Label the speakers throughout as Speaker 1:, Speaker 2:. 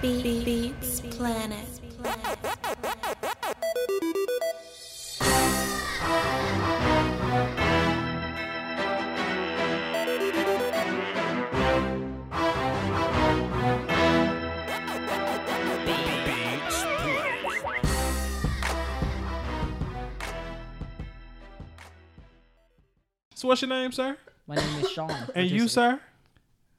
Speaker 1: Beat Beats Planet.
Speaker 2: So what's your name, sir?
Speaker 3: My name is Sean.
Speaker 2: And you, sir?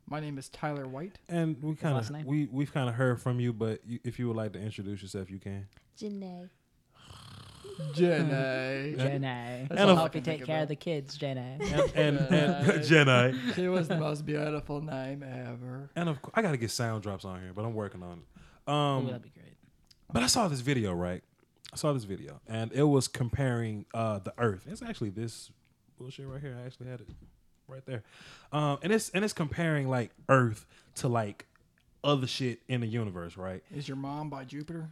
Speaker 3: My name is Tyler White.
Speaker 2: And we kind
Speaker 3: last
Speaker 2: of
Speaker 3: name.
Speaker 2: we we've kind of heard from you, but you, if you would like to introduce yourself, you can.
Speaker 4: Janae.
Speaker 5: Jenna.
Speaker 3: Jenna.
Speaker 5: That's
Speaker 3: I'll
Speaker 2: all I
Speaker 3: help you
Speaker 5: can think
Speaker 3: take care of
Speaker 5: about.
Speaker 3: the kids, Jenna.
Speaker 2: And and, and
Speaker 5: Jedi. She was the most beautiful name ever.
Speaker 2: and of course, I gotta get sound drops on here, but I'm working on it.
Speaker 3: Ooh,
Speaker 2: Um,
Speaker 3: that'd be great.
Speaker 2: But I saw this video, right? I saw this video, and it was comparing uh, the Earth. It's actually this bullshit right here. I actually had it right there, um, and it's and it's comparing like Earth to like other shit in the universe, right?
Speaker 5: Is your mom by Jupiter?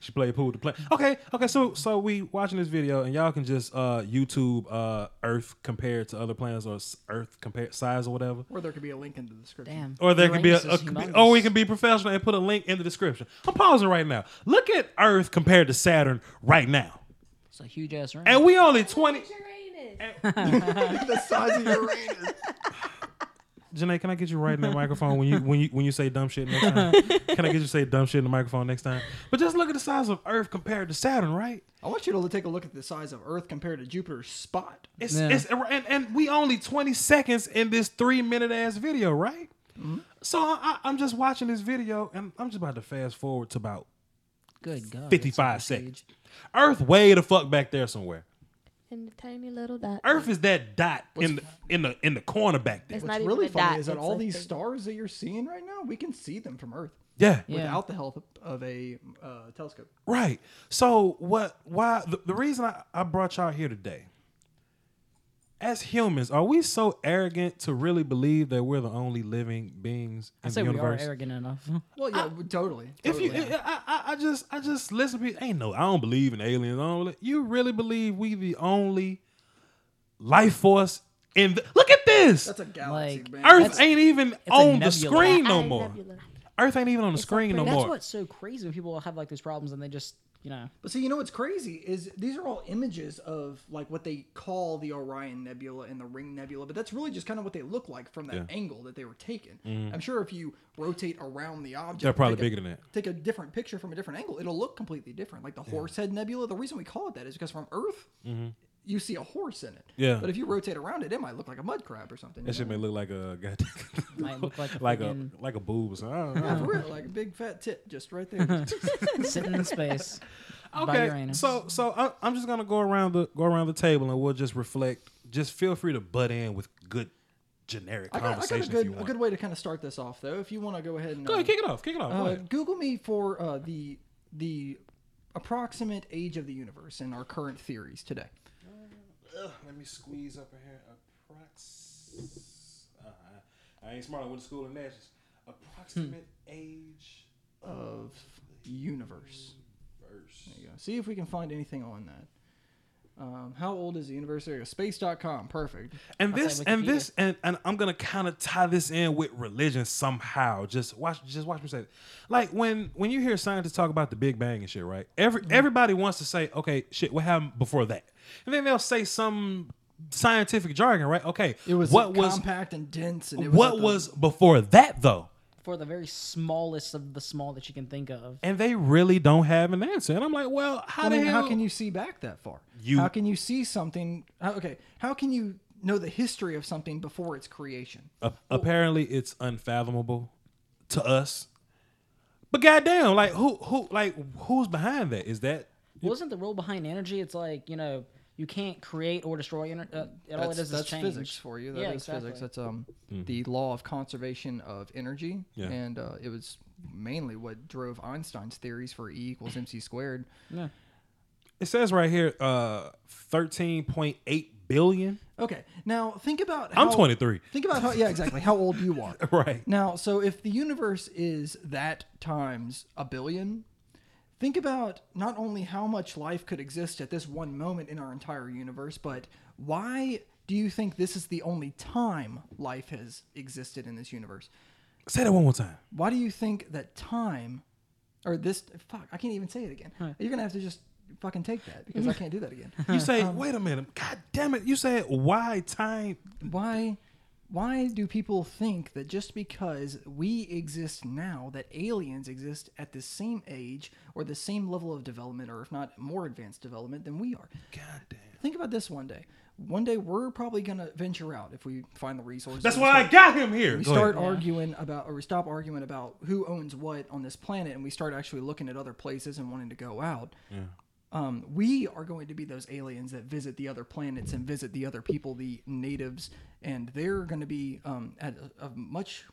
Speaker 2: She played pool to play. Okay, okay. So so we watching this video, and y'all can just uh, YouTube uh, Earth compared to other planets or s- Earth compared size or whatever.
Speaker 5: Or there could be a link in the description.
Speaker 3: Damn.
Speaker 2: Or there
Speaker 3: Your
Speaker 2: could be a,
Speaker 3: anus is
Speaker 2: a-
Speaker 3: humongous.
Speaker 2: or we can be professional and put a link in the description. I'm pausing right now. Look at Earth compared to Saturn right now.
Speaker 3: It's a huge ass ring.
Speaker 2: And we only 20.
Speaker 5: the size of Uranus.
Speaker 2: Janae, can I get you right in that microphone when you when you when you say dumb shit next time? can I get you to say dumb shit in the microphone next time? But just look at the size of Earth compared to Saturn, right?
Speaker 5: I want you to take a look at the size of Earth compared to Jupiter's spot.
Speaker 2: It's
Speaker 3: Yeah.
Speaker 2: it's and, and we only 20 seconds in this three minute ass video, right?
Speaker 3: Mm-hmm.
Speaker 2: So I, I, I'm just watching this video and I'm just about to fast forward to about
Speaker 3: Good God.
Speaker 2: 55 seconds. Earth way the fuck back there somewhere.
Speaker 4: And the tiny little dot.
Speaker 2: Earth is that dot in the in the in the corner back there.
Speaker 4: It's
Speaker 5: What's
Speaker 4: not
Speaker 5: really
Speaker 4: even a dot.
Speaker 5: funny is that
Speaker 4: it's
Speaker 5: all
Speaker 4: a
Speaker 5: these
Speaker 4: thing.
Speaker 5: stars that you're seeing right now, we can see them from Earth
Speaker 2: Yeah.
Speaker 3: Yeah.
Speaker 5: without the help of a uh, telescope.
Speaker 2: Right. So what? Why? The, the reason I, I brought y'all here today. As humans, are we so arrogant to really believe that we're the only living beings in
Speaker 3: I say
Speaker 2: the
Speaker 3: we are
Speaker 2: universe?
Speaker 3: arrogant enough.
Speaker 5: Well, yeah,
Speaker 4: Ah.
Speaker 5: totally.
Speaker 2: if
Speaker 5: totally.
Speaker 2: you, I, I, I just, I just listen to people. Ain't no, I don't believe in aliens. I don't. believe-" You really believe we the only life force in? The, look at this.
Speaker 5: That's a galaxy,
Speaker 3: Like,
Speaker 5: man.
Speaker 2: Earth
Speaker 3: that's-
Speaker 2: ain't even
Speaker 3: a
Speaker 2: on the
Speaker 3: nebula.
Speaker 2: screen
Speaker 4: Eye
Speaker 2: no
Speaker 4: of
Speaker 2: more.
Speaker 4: nebula.
Speaker 2: Earth ain't even on the screen no
Speaker 3: That's
Speaker 2: more.
Speaker 3: what's so crazy when people have like these problems and they just, you know,
Speaker 5: But see, you know what's crazy is these are all images of like what they call the Orion Nebula and the Ring Nebula, but that's really just kind of what they look like from that angle that they were taken. I'm sure if you rotate around the object,
Speaker 2: Mm-hmm. They're probably
Speaker 5: take a-
Speaker 2: bigger than that.
Speaker 5: Take a different picture from a different angle, it'll look completely different. Like the Horse Head Nebula, the reason we call it that is because from Earth, you see a horse in it.
Speaker 2: Mm-hmm. Yeah.
Speaker 5: But if you rotate around it, it might look like a mud crab or something. you
Speaker 2: That shit may look like a goddamn,
Speaker 3: Might look like a
Speaker 2: like a
Speaker 3: friggin-
Speaker 2: like a boob or something. I don't know.
Speaker 5: know? Yeah, for real, like a big fat tit just right there.
Speaker 3: sitting in space. By
Speaker 2: Okay,
Speaker 3: Uranus.
Speaker 2: so so I, I'm just gonna go around the go around the table and we'll just reflect. Just feel free to butt in with good generic
Speaker 5: I got, I got
Speaker 2: conversation
Speaker 5: a good
Speaker 2: if you
Speaker 5: a
Speaker 2: want.
Speaker 5: good way to kind of start this off though. If you want to go ahead and
Speaker 2: go ahead,
Speaker 5: uh,
Speaker 2: kick it off, kick it off. go
Speaker 5: Uh,
Speaker 2: ahead.
Speaker 5: Google me for uh, the the approximate age of the universe and our current theories today.
Speaker 2: Let me squeeze up in here. Approx. Uh, I ain't smart. I went to school in Natchez. Approximate age
Speaker 5: Of universe.
Speaker 2: verse.
Speaker 5: There you go. See if we can find anything on that. Um, how old is the universe? There you go. Space.com. Perfect.
Speaker 2: and
Speaker 3: I'll say
Speaker 2: this and
Speaker 3: Wikipedia.
Speaker 2: this and, and i'm gonna kind of tie this in with religion somehow just watch just watch me say it. like when when you hear scientists talk about the big bang and shit right every
Speaker 5: Mm-hmm.
Speaker 2: everybody wants to say okay shit what happened before that and then they'll say some scientific jargon right okay
Speaker 5: It was uh,
Speaker 2: what was
Speaker 5: compact and dense. And it was
Speaker 2: what
Speaker 5: at the-
Speaker 2: was before that though
Speaker 3: For the very smallest of the small that you can think of.
Speaker 2: and they really don't have an answer and i'm like well how
Speaker 5: I
Speaker 2: the
Speaker 5: mean,
Speaker 2: hell
Speaker 5: how can you see back that far?
Speaker 2: You-
Speaker 5: how can you see something? how- Okay, how can you know the history of something before its creation?
Speaker 2: A- apparently it's unfathomable to us but goddamn like who who like who's behind that is that
Speaker 3: Wasn't the rule behind energy? It's like, you know, you can't create or destroy energy. Uh, all it
Speaker 5: That's,
Speaker 3: does is
Speaker 5: that's
Speaker 3: change.
Speaker 5: physics for you. That is
Speaker 3: yeah, exactly.
Speaker 5: physics. That's um the law of conservation of energy,
Speaker 2: Mm-hmm. Yeah.
Speaker 5: and uh, it was mainly what drove Einstein's theories for E equals mc squared.
Speaker 3: Yeah.
Speaker 2: It says right here, uh, thirteen point eight billion.
Speaker 5: Okay, now think about. How,
Speaker 2: I'm 23.
Speaker 5: Think about how yeah exactly how old you are.
Speaker 2: Right.
Speaker 5: Now, so if the universe is that times a billion, think about not only how much life could exist at this one moment in our entire universe, but why do you think this is the only time life has existed in this universe?
Speaker 2: Say that one more time.
Speaker 5: Why do you think that time, or this? Fuck, I can't even say it again. You're gonna have to just fucking take that because I can't do that again.
Speaker 2: You say, wait a minute. God damn it. You said, why time?
Speaker 5: why why do people think that just because we exist now that aliens exist at the same age or the same level of development or if not more advanced development than we are
Speaker 2: God damn.
Speaker 5: think about this one day one day we're probably going to venture out if we find the resources
Speaker 2: That's
Speaker 5: We
Speaker 2: why I
Speaker 5: start-
Speaker 2: got him here.
Speaker 5: we
Speaker 2: Go
Speaker 5: start
Speaker 2: ahead.
Speaker 5: arguing about or we stop arguing about who owns what on this planet and we start actually looking at other places and wanting to go out um, we are going to be those aliens that visit the other planets and visit the other people, the natives, and they're going to be um, at a, a much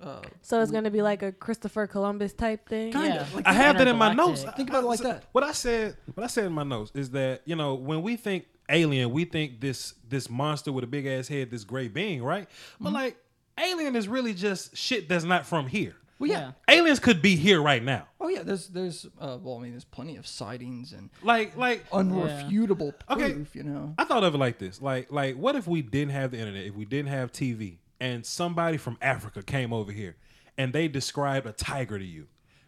Speaker 5: uh,
Speaker 6: So it's gonna be like a Christopher Columbus type thing.
Speaker 5: kind
Speaker 3: Yeah.
Speaker 5: of like
Speaker 2: I have that in my notes.
Speaker 3: Intergalactic.
Speaker 5: Think about it like
Speaker 2: I-
Speaker 5: that.
Speaker 2: What I said, what I said in my notes is that you know when we think alien, we think this this monster with a big ass head, this gray being, right? But
Speaker 5: Mm-hmm.
Speaker 2: like alien is really just shit that's not from here.
Speaker 5: well, yeah.
Speaker 3: Yeah.
Speaker 2: Aliens could be here right now.
Speaker 5: Oh yeah, there's there's uh, well, I mean, there's plenty of sightings and
Speaker 2: Like like
Speaker 5: unrefutable
Speaker 2: Okay.
Speaker 5: proof, you know.
Speaker 2: I thought of it like this: like, like, what if we didn't have the internet, if we didn't have TV, and somebody from Africa came over here, and they described a tiger to you?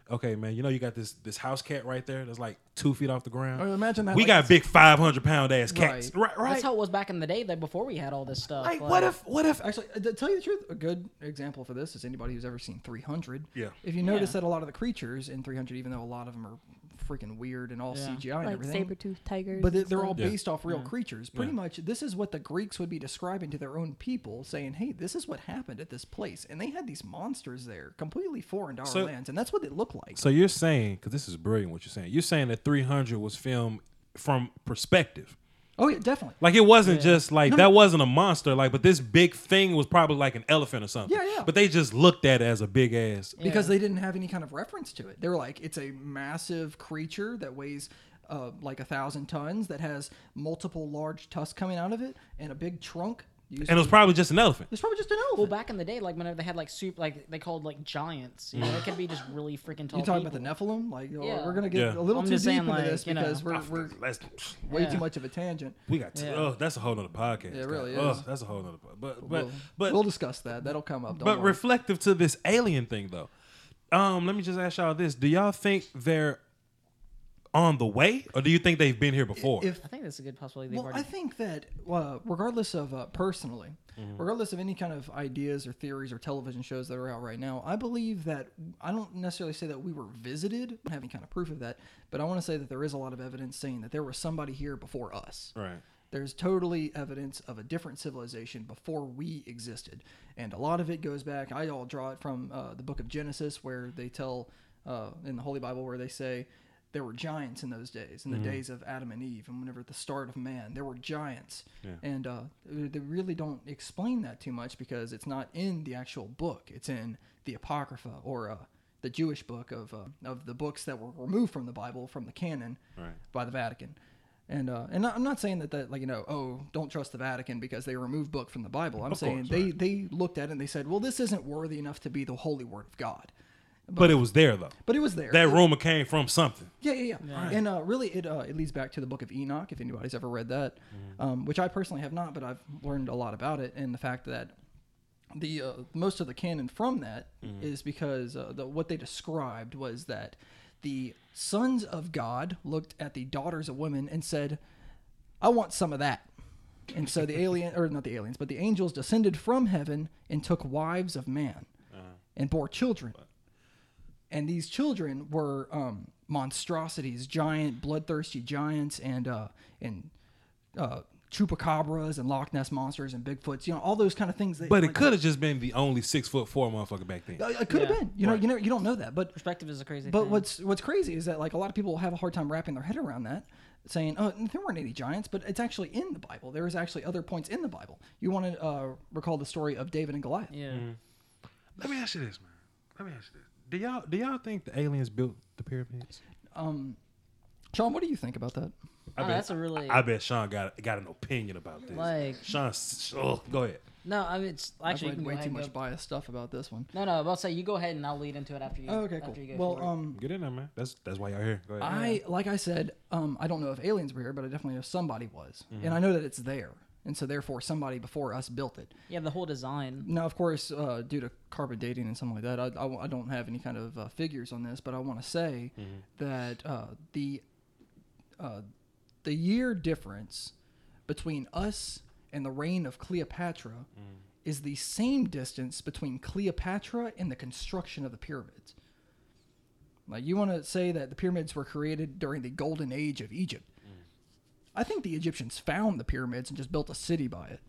Speaker 2: Okay, man, you know you got this this house cat right there that's like two feet off the ground.
Speaker 5: Oh, imagine that,
Speaker 2: We
Speaker 5: like-
Speaker 2: got big five hundred pound ass cats,
Speaker 5: Right.
Speaker 2: right? Right.
Speaker 3: That's how it was back in the day, though, before we had all this stuff.
Speaker 2: like, what if? What if?
Speaker 5: Actually, uh, to tell you the truth, a good example for this is anybody who's ever seen 300.
Speaker 2: Yeah.
Speaker 5: If you notice
Speaker 3: Yeah.
Speaker 5: that a lot of the creatures in 300, even though a lot of them are freaking weird and all
Speaker 3: Yeah.
Speaker 5: CGI and
Speaker 4: like
Speaker 5: everything,
Speaker 4: saber toothed tigers.
Speaker 5: But they-
Speaker 4: and
Speaker 5: they're all
Speaker 4: stuff.
Speaker 2: Yeah.
Speaker 5: based off real creatures. Pretty much, this is what the Greeks would be describing to their own people, saying, "Hey, this is what happened at this place," and they had these monsters there, completely foreign to our
Speaker 2: So-
Speaker 5: lands, and that's what they look like.
Speaker 2: So you're saying, because this is brilliant, what you're saying. You're saying that three hundred was filmed from perspective.
Speaker 5: Oh yeah, definitely.
Speaker 2: Like it wasn't just like that wasn't a monster, like but this big thing was probably like an elephant or something.
Speaker 5: Yeah, yeah.
Speaker 2: But they just looked at it as a big ass.
Speaker 5: because they didn't have any kind of reference to it. They're like, it's a massive creature that weighs uh, like a thousand tons that has multiple large tusks coming out of it and a big trunk. Used
Speaker 2: And it was probably just an elephant.
Speaker 5: it's probably just an
Speaker 3: Well,
Speaker 5: elephant.
Speaker 3: back in the day, like whenever they had like soup, like they called like giants. You know, it could be just really freaking tall.
Speaker 5: you talking
Speaker 3: people.
Speaker 5: about the Nephilim? Like, oh,
Speaker 3: Yeah.
Speaker 5: we're gonna get
Speaker 2: Yeah.
Speaker 5: a little
Speaker 3: I'm
Speaker 5: too deep
Speaker 3: just saying,
Speaker 5: into
Speaker 3: like,
Speaker 5: this
Speaker 3: you know,
Speaker 5: because we're, we're
Speaker 2: Ah, That's-
Speaker 5: way
Speaker 3: Yeah.
Speaker 5: too much of a tangent.
Speaker 2: we got to,
Speaker 3: Yeah.
Speaker 2: oh, that's a whole nother podcast.
Speaker 5: it really
Speaker 2: God.
Speaker 5: is.
Speaker 2: Oh, that's a whole nother podcast. But but
Speaker 5: we'll,
Speaker 2: but
Speaker 5: we'll discuss that. That'll come up. Don't
Speaker 2: but
Speaker 5: worry.
Speaker 2: reflective to this alien thing though. Um, let me just ask y'all this. Do y'all think they're on the way? Or do you think they've been here before?
Speaker 5: if
Speaker 3: I think that's a good possibility. They've
Speaker 5: well,
Speaker 3: already
Speaker 5: I think that uh, regardless of uh, personally, regardless of any kind of ideas or theories or television shows that are out right now, I believe that I don't necessarily say that we were visited, I don't have any kind of proof of that, but I want to say that there is a lot of evidence saying that there was somebody here before us.
Speaker 2: right.
Speaker 5: There's totally evidence of a different civilization before we existed. And a lot of it goes back, I all draw it from uh, the book of Genesis, where they tell uh, in the Holy Bible, where they say there were giants in those days, in the days of Adam and Eve, and whenever at the start of man, there were giants. And uh, they really don't explain that too much because it's not in the actual book, it's in the Apocrypha or uh, the Jewish book of, uh, of the books that were removed from the Bible, from the canon, by the Vatican. And uh, and I'm not saying that that like you know oh don't trust the Vatican because they removed book from the Bible. I'm saying
Speaker 2: course,
Speaker 5: they they looked at it and they said well this isn't worthy enough to be the holy word of God.
Speaker 2: But it was there though.
Speaker 5: But it was there.
Speaker 2: That rumor came from something.
Speaker 5: yeah, yeah, yeah. And uh, really, it uh, it leads back to the Book of Enoch if anybody's ever read that,
Speaker 2: Mm-hmm.
Speaker 5: um, which I personally have not, but I've learned a lot about it and the fact that the uh, most of the canon from that is
Speaker 2: Mm-hmm.
Speaker 5: because uh, the, what they described was that the sons of God looked at the daughters of women and said, "I want some of that." And so the alien, or not the aliens, but the angels descended from heaven and took wives of man
Speaker 2: Uh-huh.
Speaker 5: and bore children. And these children were um, monstrosities, giant, bloodthirsty giants, and uh, and uh, chupacabras and Loch Ness monsters and Bigfoots. You know all those kind of things. That,
Speaker 2: But it
Speaker 5: like,
Speaker 2: could have just been the only six foot four motherfucker back then.
Speaker 5: uh, It could have
Speaker 3: Yeah.
Speaker 5: been. You know, you know, you don't know that. But
Speaker 3: perspective is a crazy.
Speaker 5: but
Speaker 3: thing.
Speaker 5: what's what's crazy is that like a lot of people have a hard time wrapping their head around that, saying, "Oh, there weren't any giants," but it's actually in the Bible. There is actually other points in the Bible. You want to uh, recall the story of David and Goliath?
Speaker 3: Yeah.
Speaker 2: Mm, Let me ask you this, man. Let me ask you this. Do y'all do y'all think the aliens built the pyramids?
Speaker 5: Um, Sean, what do you think about that?
Speaker 3: Oh, that's a really.
Speaker 2: I bet Sean got got an opinion about this.
Speaker 3: Like-
Speaker 2: Sean, oh, go ahead.
Speaker 3: no, I mean it's actually you can
Speaker 5: I've read
Speaker 3: go
Speaker 5: way
Speaker 3: ahead
Speaker 5: too
Speaker 3: and
Speaker 5: much
Speaker 3: go-
Speaker 5: biased stuff about this one.
Speaker 3: No, no. I'll say you go ahead and I'll lead into it after you.
Speaker 5: Oh, okay,
Speaker 3: after
Speaker 5: cool.
Speaker 3: You go
Speaker 5: Well,
Speaker 3: forward.
Speaker 5: um,
Speaker 2: Get in there, man. That's that's why y'all here. Go ahead.
Speaker 3: Mm-hmm.
Speaker 5: I like I said, um, I don't know if aliens were here, but I definitely know somebody was, and I know that it's there. and so therefore somebody before us built it.
Speaker 3: Yeah, the whole design.
Speaker 5: Now, of course, uh, due to carbon dating and something like that, I, I- I don't have any kind of uh, figures on this, but I want to say that uh, the uh, the year difference between us and the reign of Cleopatra is the same distance between Cleopatra and the construction of the pyramids. Like you want to say that the pyramids were created during the golden age of Egypt. I think the Egyptians found the pyramids and just built a city by it,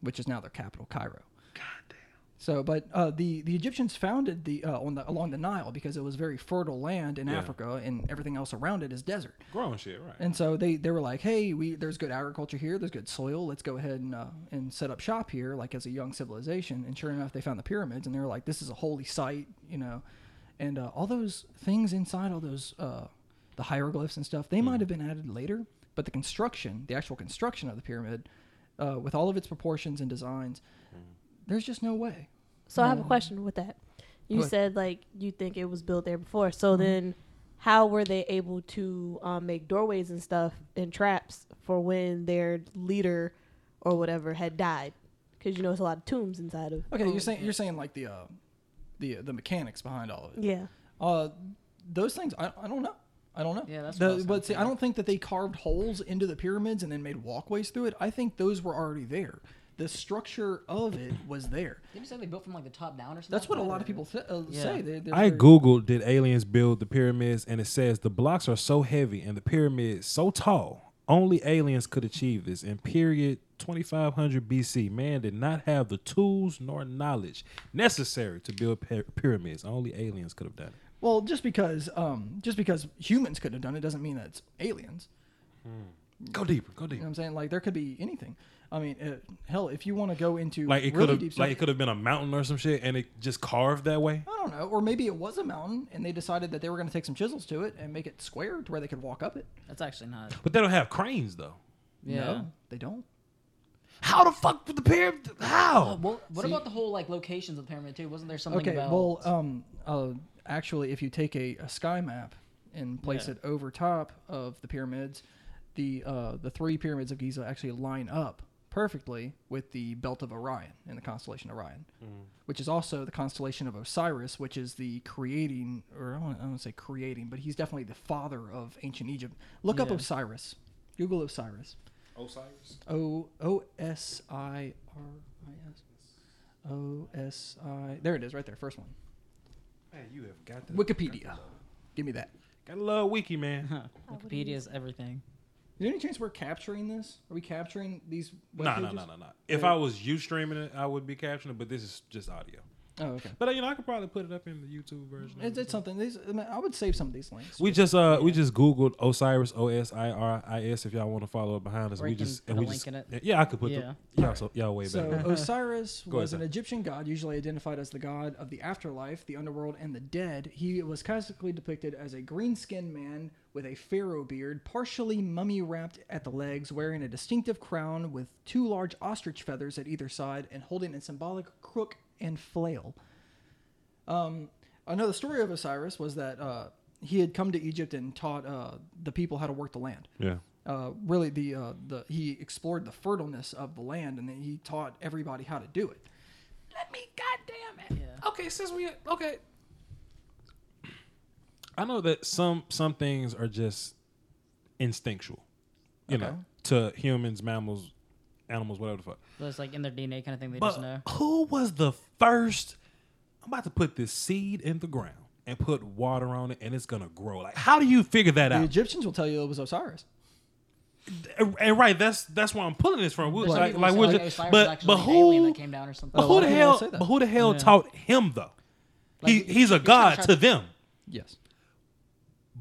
Speaker 5: which is now their capital, Cairo. So, but uh, the the Egyptians founded the uh, on the along the Nile because it was very fertile land in
Speaker 2: Yeah.
Speaker 5: Africa, and everything else around it is desert.
Speaker 2: Growing shit, right?
Speaker 5: And so they, they were like, hey, we there's good agriculture here, there's good soil. Let's go ahead and uh, and set up shop here, like as a young civilization. And sure enough, they found the pyramids, and they were like, this is a holy site, you know, and uh, all those things inside, all those uh, the hieroglyphs and stuff, they might have been added later, but the construction, the actual construction of the pyramid, uh, with all of its proportions and designs, there's just no way.
Speaker 6: So I have a question with that. You
Speaker 5: Go ahead.
Speaker 6: said like you think it was built there before. So then, how were they able to um, make doorways and stuff and traps for when their leader or whatever had died? Because you know it's a lot of tombs inside of.
Speaker 5: Okay, you're saying you're saying like the uh, the the mechanics behind all of it.
Speaker 6: Yeah.
Speaker 5: Uh, those things, I, I don't know. I don't know.
Speaker 3: Yeah, that's
Speaker 5: The-
Speaker 3: what I was
Speaker 5: but see, I
Speaker 3: thinking.
Speaker 5: don't think that they carved holes into the pyramids and then made walkways through it. I think those were already there. The structure of it was there.
Speaker 3: Didn't you say they built from like the top down or something?
Speaker 5: That's
Speaker 3: like
Speaker 5: what a
Speaker 3: that,
Speaker 5: lot
Speaker 3: or-
Speaker 5: of people th- uh,
Speaker 3: Yeah.
Speaker 5: say. They're, they're
Speaker 2: I
Speaker 5: very-
Speaker 2: googled did aliens build the pyramids, and it says the blocks are so heavy and the pyramids so tall, only aliens could achieve this. In period 2500 BC, man did not have the tools nor knowledge necessary to build py- pyramids. Only aliens could have done it.
Speaker 5: Well, just because um, just because humans could have done it doesn't mean that it's aliens.
Speaker 2: Go deeper, go
Speaker 5: You know what
Speaker 2: deeper.
Speaker 5: I'm saying? Like there could be anything. I mean, uh, hell, if you want to go into
Speaker 2: Like it
Speaker 5: really
Speaker 2: could
Speaker 5: deep
Speaker 2: have,
Speaker 5: stuff,
Speaker 2: like it could have been a mountain or some shit, and it just carved that way.
Speaker 5: I don't know, or maybe it was a mountain and they decided that they were going to take some chisels to it and make it square to where they could walk up it.
Speaker 3: That's actually not.
Speaker 2: But they don't have cranes though.
Speaker 3: Yeah.
Speaker 5: No, they don't.
Speaker 2: How the fuck did the pyramid?
Speaker 3: Uh,
Speaker 2: How?
Speaker 3: well, what about the whole like locations of the pyramid too? Wasn't there something
Speaker 5: Okay,
Speaker 3: about?
Speaker 5: well, um, uh, actually, if you take a, a sky map and place
Speaker 3: Yeah.
Speaker 5: it over top of the pyramids, the uh, the three pyramids of Giza actually line up perfectly with the belt of Orion in the constellation Orion, which is also the constellation of Osiris, which is the creating, or I don't want to say creating, but he's definitely the father of ancient Egypt. Look up
Speaker 3: Yeah.
Speaker 5: Osiris. Google Osiris.
Speaker 2: Osiris.
Speaker 5: O O S I R I S. O S I. There it is, right there, first one.
Speaker 2: Man, you have got the
Speaker 5: Wikipedia. Give me that.
Speaker 2: Got a love wiki, man.
Speaker 3: Huh, Wikipedia is everything.
Speaker 5: Is there any chance we're capturing this? Are we capturing these?
Speaker 2: No,
Speaker 5: web
Speaker 2: no,
Speaker 5: pages?
Speaker 2: no, no, no. If I was you streaming it, I would be captioning it, but this is just audio.
Speaker 5: Oh, okay.
Speaker 2: But uh, you know, I could probably put it up in the YouTube version.
Speaker 5: It's, it's something. These, I, mean, I would save some of these links.
Speaker 2: we just uh we just googled Osiris O S I R I S if y'all want to follow up behind us.
Speaker 3: Or
Speaker 2: we
Speaker 3: you can
Speaker 2: just
Speaker 3: put
Speaker 2: and
Speaker 3: a
Speaker 2: we
Speaker 3: link
Speaker 2: just
Speaker 3: in it.
Speaker 2: yeah I could put
Speaker 3: Yeah.
Speaker 2: the y'all so y'all way better.
Speaker 5: So
Speaker 2: than that.
Speaker 5: Osiris
Speaker 2: Go ahead,
Speaker 5: was an
Speaker 2: Zach.
Speaker 5: Egyptian god, usually identified as the god of the afterlife, the underworld, and the dead. He was classically depicted as a green-skinned man with a pharaoh beard, partially mummy-wrapped at the legs, wearing a distinctive crown with two large ostrich feathers at either side, and holding a symbolic crook and flail. Um, Another story of Osiris was that uh, he had come to Egypt and taught uh, the people how to work the land
Speaker 2: yeah.
Speaker 5: uh, really the uh, the he explored the fertileness of the land and then he taught everybody how to do it. Let me goddamn it.
Speaker 2: Okay, since we okay. I know that some some things are just instinctual, you know, to humans, mammals, animals, whatever the fuck.
Speaker 3: So it's like in their DNA kind of thing. They just know.
Speaker 2: But who was the first? I'm about to put this seed in the ground and put water on it, and it's gonna grow. Like, how do you figure that
Speaker 5: The
Speaker 2: out?
Speaker 5: Egyptians will tell you it was Osiris.
Speaker 2: And- and right, that's that's where I'm pulling this from. We-
Speaker 3: Some
Speaker 2: Like,
Speaker 3: people
Speaker 2: like
Speaker 3: say,
Speaker 2: we're
Speaker 3: like,
Speaker 2: just,
Speaker 3: Osiris was
Speaker 2: but
Speaker 3: actually
Speaker 2: but
Speaker 3: an alien
Speaker 2: who?
Speaker 3: that came down or something?
Speaker 2: But who
Speaker 5: lot
Speaker 2: the
Speaker 5: of people
Speaker 2: hell?
Speaker 5: say that.
Speaker 2: But who the hell taught him though? he,
Speaker 3: Like,
Speaker 2: he's a
Speaker 3: he's not
Speaker 2: god
Speaker 3: trying-
Speaker 2: to them,
Speaker 5: Yes.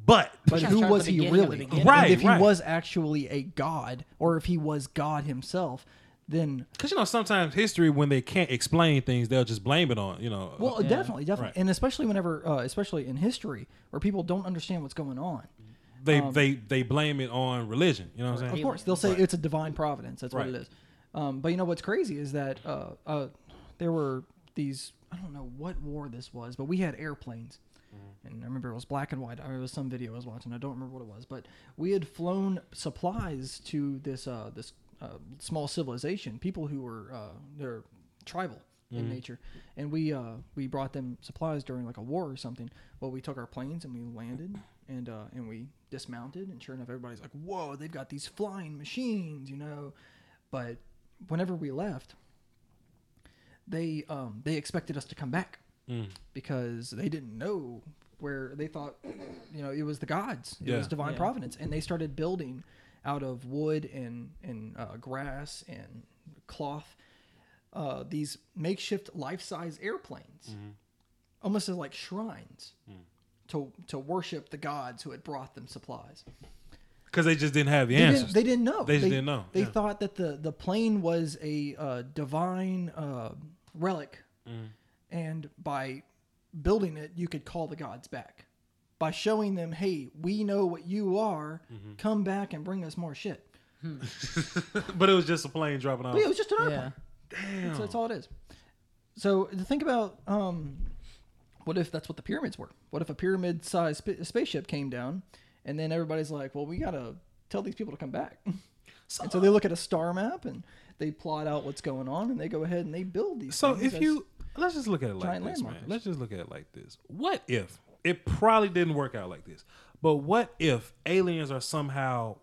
Speaker 2: but
Speaker 5: But
Speaker 3: Yeah,
Speaker 5: who
Speaker 3: start at the
Speaker 5: was he
Speaker 3: beginning of the
Speaker 5: really?
Speaker 3: beginning.
Speaker 2: Right,
Speaker 5: And if he
Speaker 2: right.
Speaker 5: was actually a god or if he was God himself, then
Speaker 2: because you know sometimes history when they can't explain things, they'll just blame it on you know.
Speaker 5: well,
Speaker 2: uh,
Speaker 5: definitely, definitely,
Speaker 2: Right.
Speaker 5: and especially whenever, uh, especially in history, where people don't understand what's going on.
Speaker 2: they
Speaker 3: um,
Speaker 2: they they blame it on religion. You know what I'm
Speaker 5: Of
Speaker 2: saying?
Speaker 5: course, they'll say it's a divine providence. That's what
Speaker 2: Right.
Speaker 5: it is. Um, but you know what's crazy is that uh, uh, there were these. I don't know what war this was, but we had airplanes, and I remember it was black and white. I it was some video I was watching. I don't remember what it was, but we had flown supplies to this uh, this uh, small civilization, people who were uh, they're tribal in nature, and we uh, we brought them supplies during like a war or something. Well, we took our planes and we landed and uh, and we dismounted, and sure enough, everybody's like, "Whoa, they've got these flying machines," you know. But whenever we left, they um, they expected us to come back because they didn't know where they thought you know it was the gods it
Speaker 2: Yeah.
Speaker 5: was divine
Speaker 3: Yeah.
Speaker 5: providence and they started building out of wood and and uh, grass and cloth uh, these makeshift life-size airplanes almost as like shrines to to worship the gods who had brought them supplies
Speaker 2: because they just didn't have the
Speaker 5: they
Speaker 2: answers.
Speaker 5: didn't, they didn't know.
Speaker 2: They just didn't know,
Speaker 5: They
Speaker 2: yeah.
Speaker 5: thought that the the plane was a uh, divine uh, relic,
Speaker 2: Mm.
Speaker 5: and by building it, you could call the gods back by showing them, "Hey, we know what you are.
Speaker 2: Mm-hmm.
Speaker 5: Come back and bring us more shit."
Speaker 2: but it was just a plane dropping off.
Speaker 5: But yeah, it was just an airplane.
Speaker 3: Yeah.
Speaker 5: That's,
Speaker 2: Oh.
Speaker 5: that's all it is. So to think about um, what if that's what the pyramids were? What if a pyramid-sized sp- spaceship came down, and then everybody's like, "Well, we gotta tell these people to come back." and so they look at a star map and they plot out what's going on, and they go ahead and they build these.
Speaker 2: So
Speaker 5: things
Speaker 2: if
Speaker 5: as-
Speaker 2: you let's just look at it like
Speaker 5: giant
Speaker 2: this, man.
Speaker 5: landmarkers.
Speaker 2: Let's just look at it like this. What if it probably didn't work out like this? But what if aliens are somehow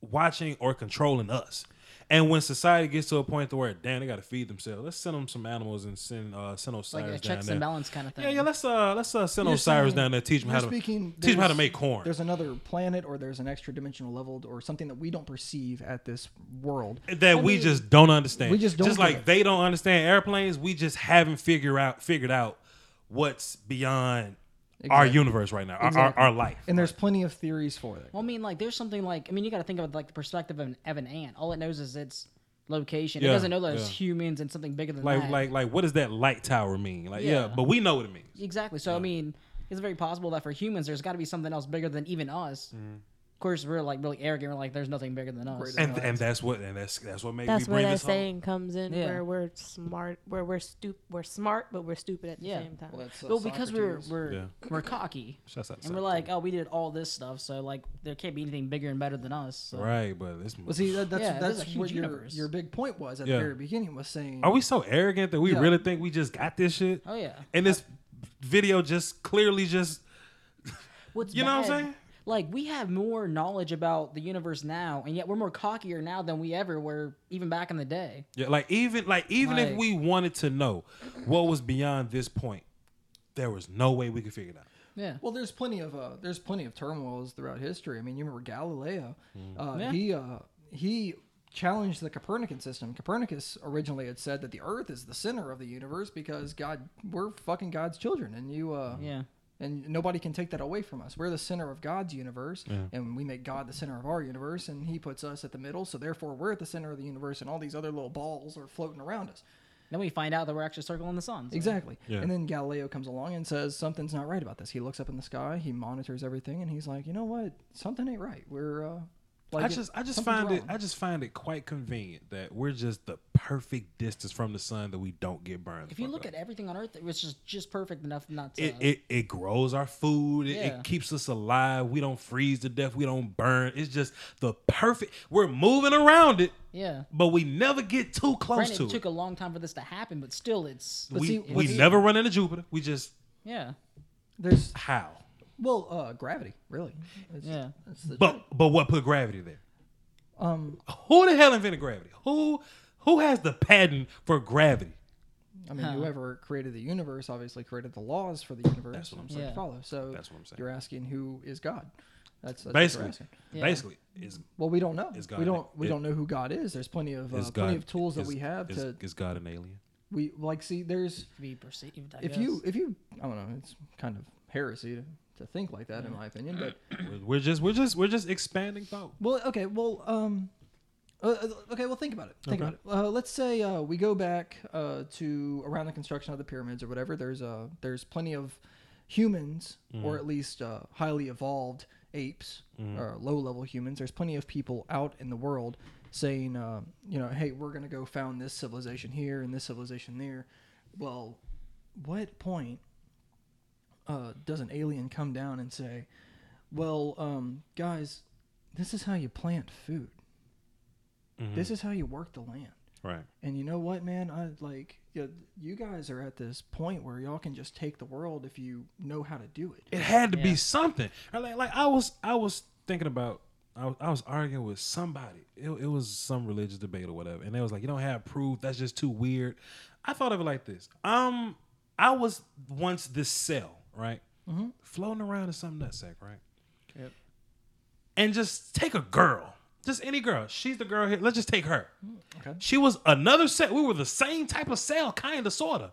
Speaker 2: watching or controlling us? And when society gets to a point to where damn, they got to feed themselves. Let's send them some animals and send uh, send
Speaker 3: Like
Speaker 2: Osiris
Speaker 3: a
Speaker 2: down
Speaker 3: checks
Speaker 2: there.
Speaker 3: and balance kind of thing.
Speaker 2: yeah, yeah. Let's uh let's uh, send
Speaker 5: You're
Speaker 2: Osiris
Speaker 5: saying-
Speaker 2: down there. Teach them how
Speaker 5: you're
Speaker 2: to
Speaker 5: speaking,
Speaker 2: teach them how to
Speaker 5: there's-
Speaker 2: make corn.
Speaker 5: There's another planet, or there's an extra dimensional level, or something that we don't perceive at this world.
Speaker 2: that we just don't understand.
Speaker 5: we just don't
Speaker 2: just
Speaker 5: get
Speaker 2: like
Speaker 5: it.
Speaker 2: they don't understand airplanes. We just haven't figured out figured out what's beyond our
Speaker 5: Exactly.
Speaker 2: universe right now, our-
Speaker 5: Exactly.
Speaker 2: our, our life.
Speaker 5: And there's plenty of theories for it.
Speaker 3: Well, I mean, like, there's something like I mean, you got to think of it like the perspective of an, of an ant. All it knows is its location.
Speaker 2: Yeah,
Speaker 3: it doesn't know that
Speaker 2: yeah.
Speaker 3: it's humans and something bigger than
Speaker 2: like
Speaker 3: that.
Speaker 2: like like what does that light tower mean? Like yeah,
Speaker 3: Yeah.
Speaker 2: but we know what it means.
Speaker 3: exactly. So I mean, it's very possible that for humans, there's got to be something else bigger than even us.
Speaker 2: Mm-hmm.
Speaker 3: Of course, we're like really arrogant. We're like, there's nothing bigger than us.
Speaker 5: Greater
Speaker 2: And and that's what and that's that's what made
Speaker 6: That's
Speaker 2: we
Speaker 6: where
Speaker 2: bring
Speaker 6: that
Speaker 2: this home.
Speaker 6: saying comes in,
Speaker 3: Yeah.
Speaker 6: where we're smart, where we're stupid, we're smart, but we're stupid at the
Speaker 3: Yeah.
Speaker 6: same time.
Speaker 5: Well, that's, uh,
Speaker 3: Well, because we're
Speaker 5: Socrates.
Speaker 3: we're
Speaker 2: Yeah.
Speaker 3: we're cocky,
Speaker 2: Shouts out to
Speaker 3: and we're
Speaker 2: Socrates.
Speaker 3: like, oh, we did all this stuff, so like there can't be anything bigger and better than us. So.
Speaker 2: right, but this
Speaker 5: Well, see, that, that's
Speaker 3: Yeah, there's a
Speaker 5: that's
Speaker 3: huge
Speaker 5: what your,
Speaker 3: universe.
Speaker 5: your big point was at
Speaker 2: Yeah.
Speaker 5: the very beginning was saying.
Speaker 2: are we so arrogant that we
Speaker 5: Yeah.
Speaker 2: really think we just got this shit?
Speaker 3: Oh yeah.
Speaker 2: And this video just clearly just
Speaker 3: What's
Speaker 2: You know what I'm saying?
Speaker 3: Like we have more knowledge about the universe now, and yet we're more cockier now than we ever were even back in the day.
Speaker 2: Yeah, like even like even if
Speaker 3: Like-
Speaker 2: we wanted to know what was beyond this point, there was no way we could figure it out.
Speaker 3: Yeah.
Speaker 5: Well, there's plenty of uh, there's plenty of turmoils throughout history. I mean, you remember Galileo? Uh,
Speaker 3: Yeah.
Speaker 5: He uh, he challenged the Copernican system. Copernicus originally had said that the Earth is the center of the universe because God, we're fucking God's children, and you, uh,
Speaker 3: Yeah.
Speaker 5: and nobody can take that away from us. We're the center of God's universe, and we make God the center of our universe, and He puts us at the middle. So therefore, we're at the center of the universe, and all these other little balls are floating around us.
Speaker 3: Then we find out that we're actually circling the sun. so-
Speaker 5: Exactly.
Speaker 2: Yeah.
Speaker 5: And then Galileo comes along and says something's not right about this. He looks up in the sky, he monitors everything, and he's like, you know what? Something ain't right. We're uh, like
Speaker 2: I
Speaker 5: it-
Speaker 2: just I just
Speaker 5: something's
Speaker 2: find it
Speaker 5: wrong."
Speaker 2: I just find it quite convenient that we're just the perfect distance from the sun that we don't get burned. the
Speaker 3: If you
Speaker 2: fuck
Speaker 3: look
Speaker 2: up.
Speaker 3: at everything on Earth, it was just just perfect enough not to.
Speaker 2: it, it it grows our food. It,
Speaker 3: Yeah.
Speaker 2: it keeps us alive. We don't freeze to death. We don't burn. It's just the perfect. We're moving around it,
Speaker 3: yeah.
Speaker 2: but we never get too close
Speaker 3: Granted, it
Speaker 2: to it.
Speaker 3: took a long time for this to happen, but still, it's
Speaker 5: But
Speaker 2: we
Speaker 5: see,
Speaker 2: we
Speaker 5: what's-
Speaker 2: never run into Jupiter. We just
Speaker 3: yeah,
Speaker 5: There's
Speaker 2: how.
Speaker 5: well, uh, gravity, really. It's,
Speaker 3: yeah.
Speaker 5: It's the
Speaker 2: But but what put gravity there?
Speaker 5: um,
Speaker 2: Who the hell invented gravity? Who who has the patent for gravity?
Speaker 5: I mean, whoever created the universe obviously created the laws for the universe. That's
Speaker 2: what I'm
Speaker 3: saying.
Speaker 5: To follow. So
Speaker 2: That's what I'm saying.
Speaker 5: You're asking who is God? That's, that's what you're
Speaker 2: Basically,
Speaker 5: asking.
Speaker 3: Yeah.
Speaker 2: basically is
Speaker 5: Well, we don't know.
Speaker 2: Is God
Speaker 5: we don't.
Speaker 2: an-
Speaker 5: We
Speaker 2: it-
Speaker 5: don't know who God is. There's plenty of uh,
Speaker 2: is
Speaker 5: plenty
Speaker 2: God
Speaker 5: of tools that
Speaker 2: is-
Speaker 5: we have
Speaker 2: is,
Speaker 5: to.
Speaker 2: is God an alien?
Speaker 5: We like see. There's
Speaker 3: To be perceived. I
Speaker 5: if
Speaker 3: guess.
Speaker 5: you if you I don't know, it's kind of heresy to, to think like that in
Speaker 3: Mm.
Speaker 5: my opinion. But
Speaker 2: We're- We're just we're just we're just expanding thought.
Speaker 5: well, okay, well, um, uh, uh, okay, well, think about it. Think
Speaker 2: Okay.
Speaker 5: about it. Uh, let's say uh, we go back uh, to around the construction of the pyramids or whatever. There's uh, there's plenty of humans or at least uh, highly evolved apes or low level humans. There's plenty of people out in the world saying, uh, you know, hey, we're gonna go found this civilization here and this civilization there. Well, what point uh, does an alien come down and say, "Well, um, guys, this is how you plant food. This is how you work the land.
Speaker 2: Right.
Speaker 5: And you know what, man? I like you, know, you guys are at this point where y'all can just take the world if you know how to do it.
Speaker 2: It had to be
Speaker 3: Yeah.
Speaker 2: something. Or Like, like I was I was thinking about I was, I was arguing with somebody. It, it was some religious debate or whatever, and they was like, "You don't have proof. That's just too weird." I thought of it like this. Um, I was once this cell, right,
Speaker 3: Mm-hmm.
Speaker 2: floating around in some nutsack, right,
Speaker 5: Yep.
Speaker 2: and just take a girl, just any girl. She's the girl here. Let's just take her.
Speaker 5: Okay.
Speaker 2: She was another set. We were the same type of cell, kind of, sort of.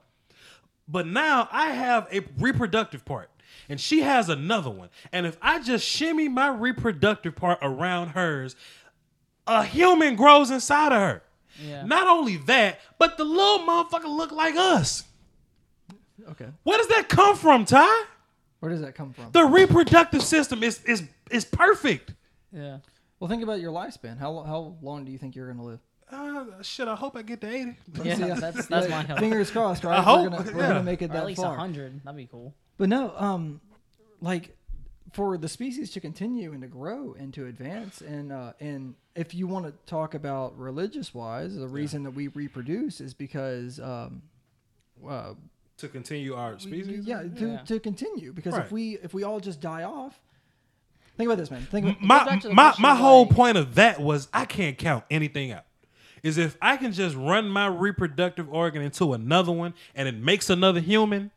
Speaker 2: But now I have a reproductive part, and she has another one. And if I just shimmy my reproductive part around hers, a human grows inside of her.
Speaker 3: Yeah.
Speaker 2: Not only that, but the little motherfucker look like us.
Speaker 5: Okay.
Speaker 2: Where does that come from, Ty?
Speaker 5: Where does that come from?
Speaker 2: The reproductive system is is is perfect.
Speaker 3: Yeah.
Speaker 5: well, think about your lifespan. How how long do you think you're gonna live?
Speaker 2: Uh, shit, I hope I get to eighty.
Speaker 3: Yeah,
Speaker 5: See,
Speaker 3: that's that's my
Speaker 5: like,
Speaker 3: help.
Speaker 5: Fingers crossed, right?
Speaker 2: I hope,
Speaker 5: We're gonna, we're
Speaker 2: yeah.
Speaker 5: gonna make it
Speaker 3: Or
Speaker 5: that
Speaker 3: at least
Speaker 5: far.
Speaker 3: hundred. That'd be cool.
Speaker 5: But no, um, like for the species to continue and to grow and to advance, and uh, and if you want to talk about religious wise, the reason that we reproduce is because um, uh,
Speaker 2: To continue our species.
Speaker 5: yeah, to,
Speaker 3: Yeah.
Speaker 5: to continue because
Speaker 2: Right.
Speaker 5: if we if we all just die off, think about this, man. Think about,
Speaker 2: my
Speaker 3: back to the
Speaker 2: my,
Speaker 3: question
Speaker 2: my whole
Speaker 3: like-
Speaker 2: point of that was I can't count anything out. Is if I can just run my reproductive organ into another one and it makes another human,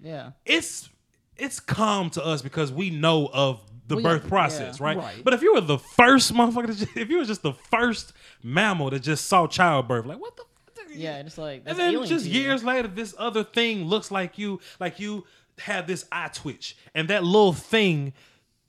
Speaker 3: Yeah.
Speaker 2: it's it's calm to us because we know of the
Speaker 3: We-
Speaker 2: birth process,
Speaker 3: yeah,
Speaker 2: right?
Speaker 5: right.
Speaker 2: But if you were the first motherfucker, to just, if you were just the first mammal that just saw childbirth, like what the
Speaker 3: Yeah, just like
Speaker 2: and
Speaker 3: that's
Speaker 2: then
Speaker 3: alien
Speaker 2: just
Speaker 3: to you.
Speaker 2: years later, this other thing looks like you, like you have this eye twitch, and that little thing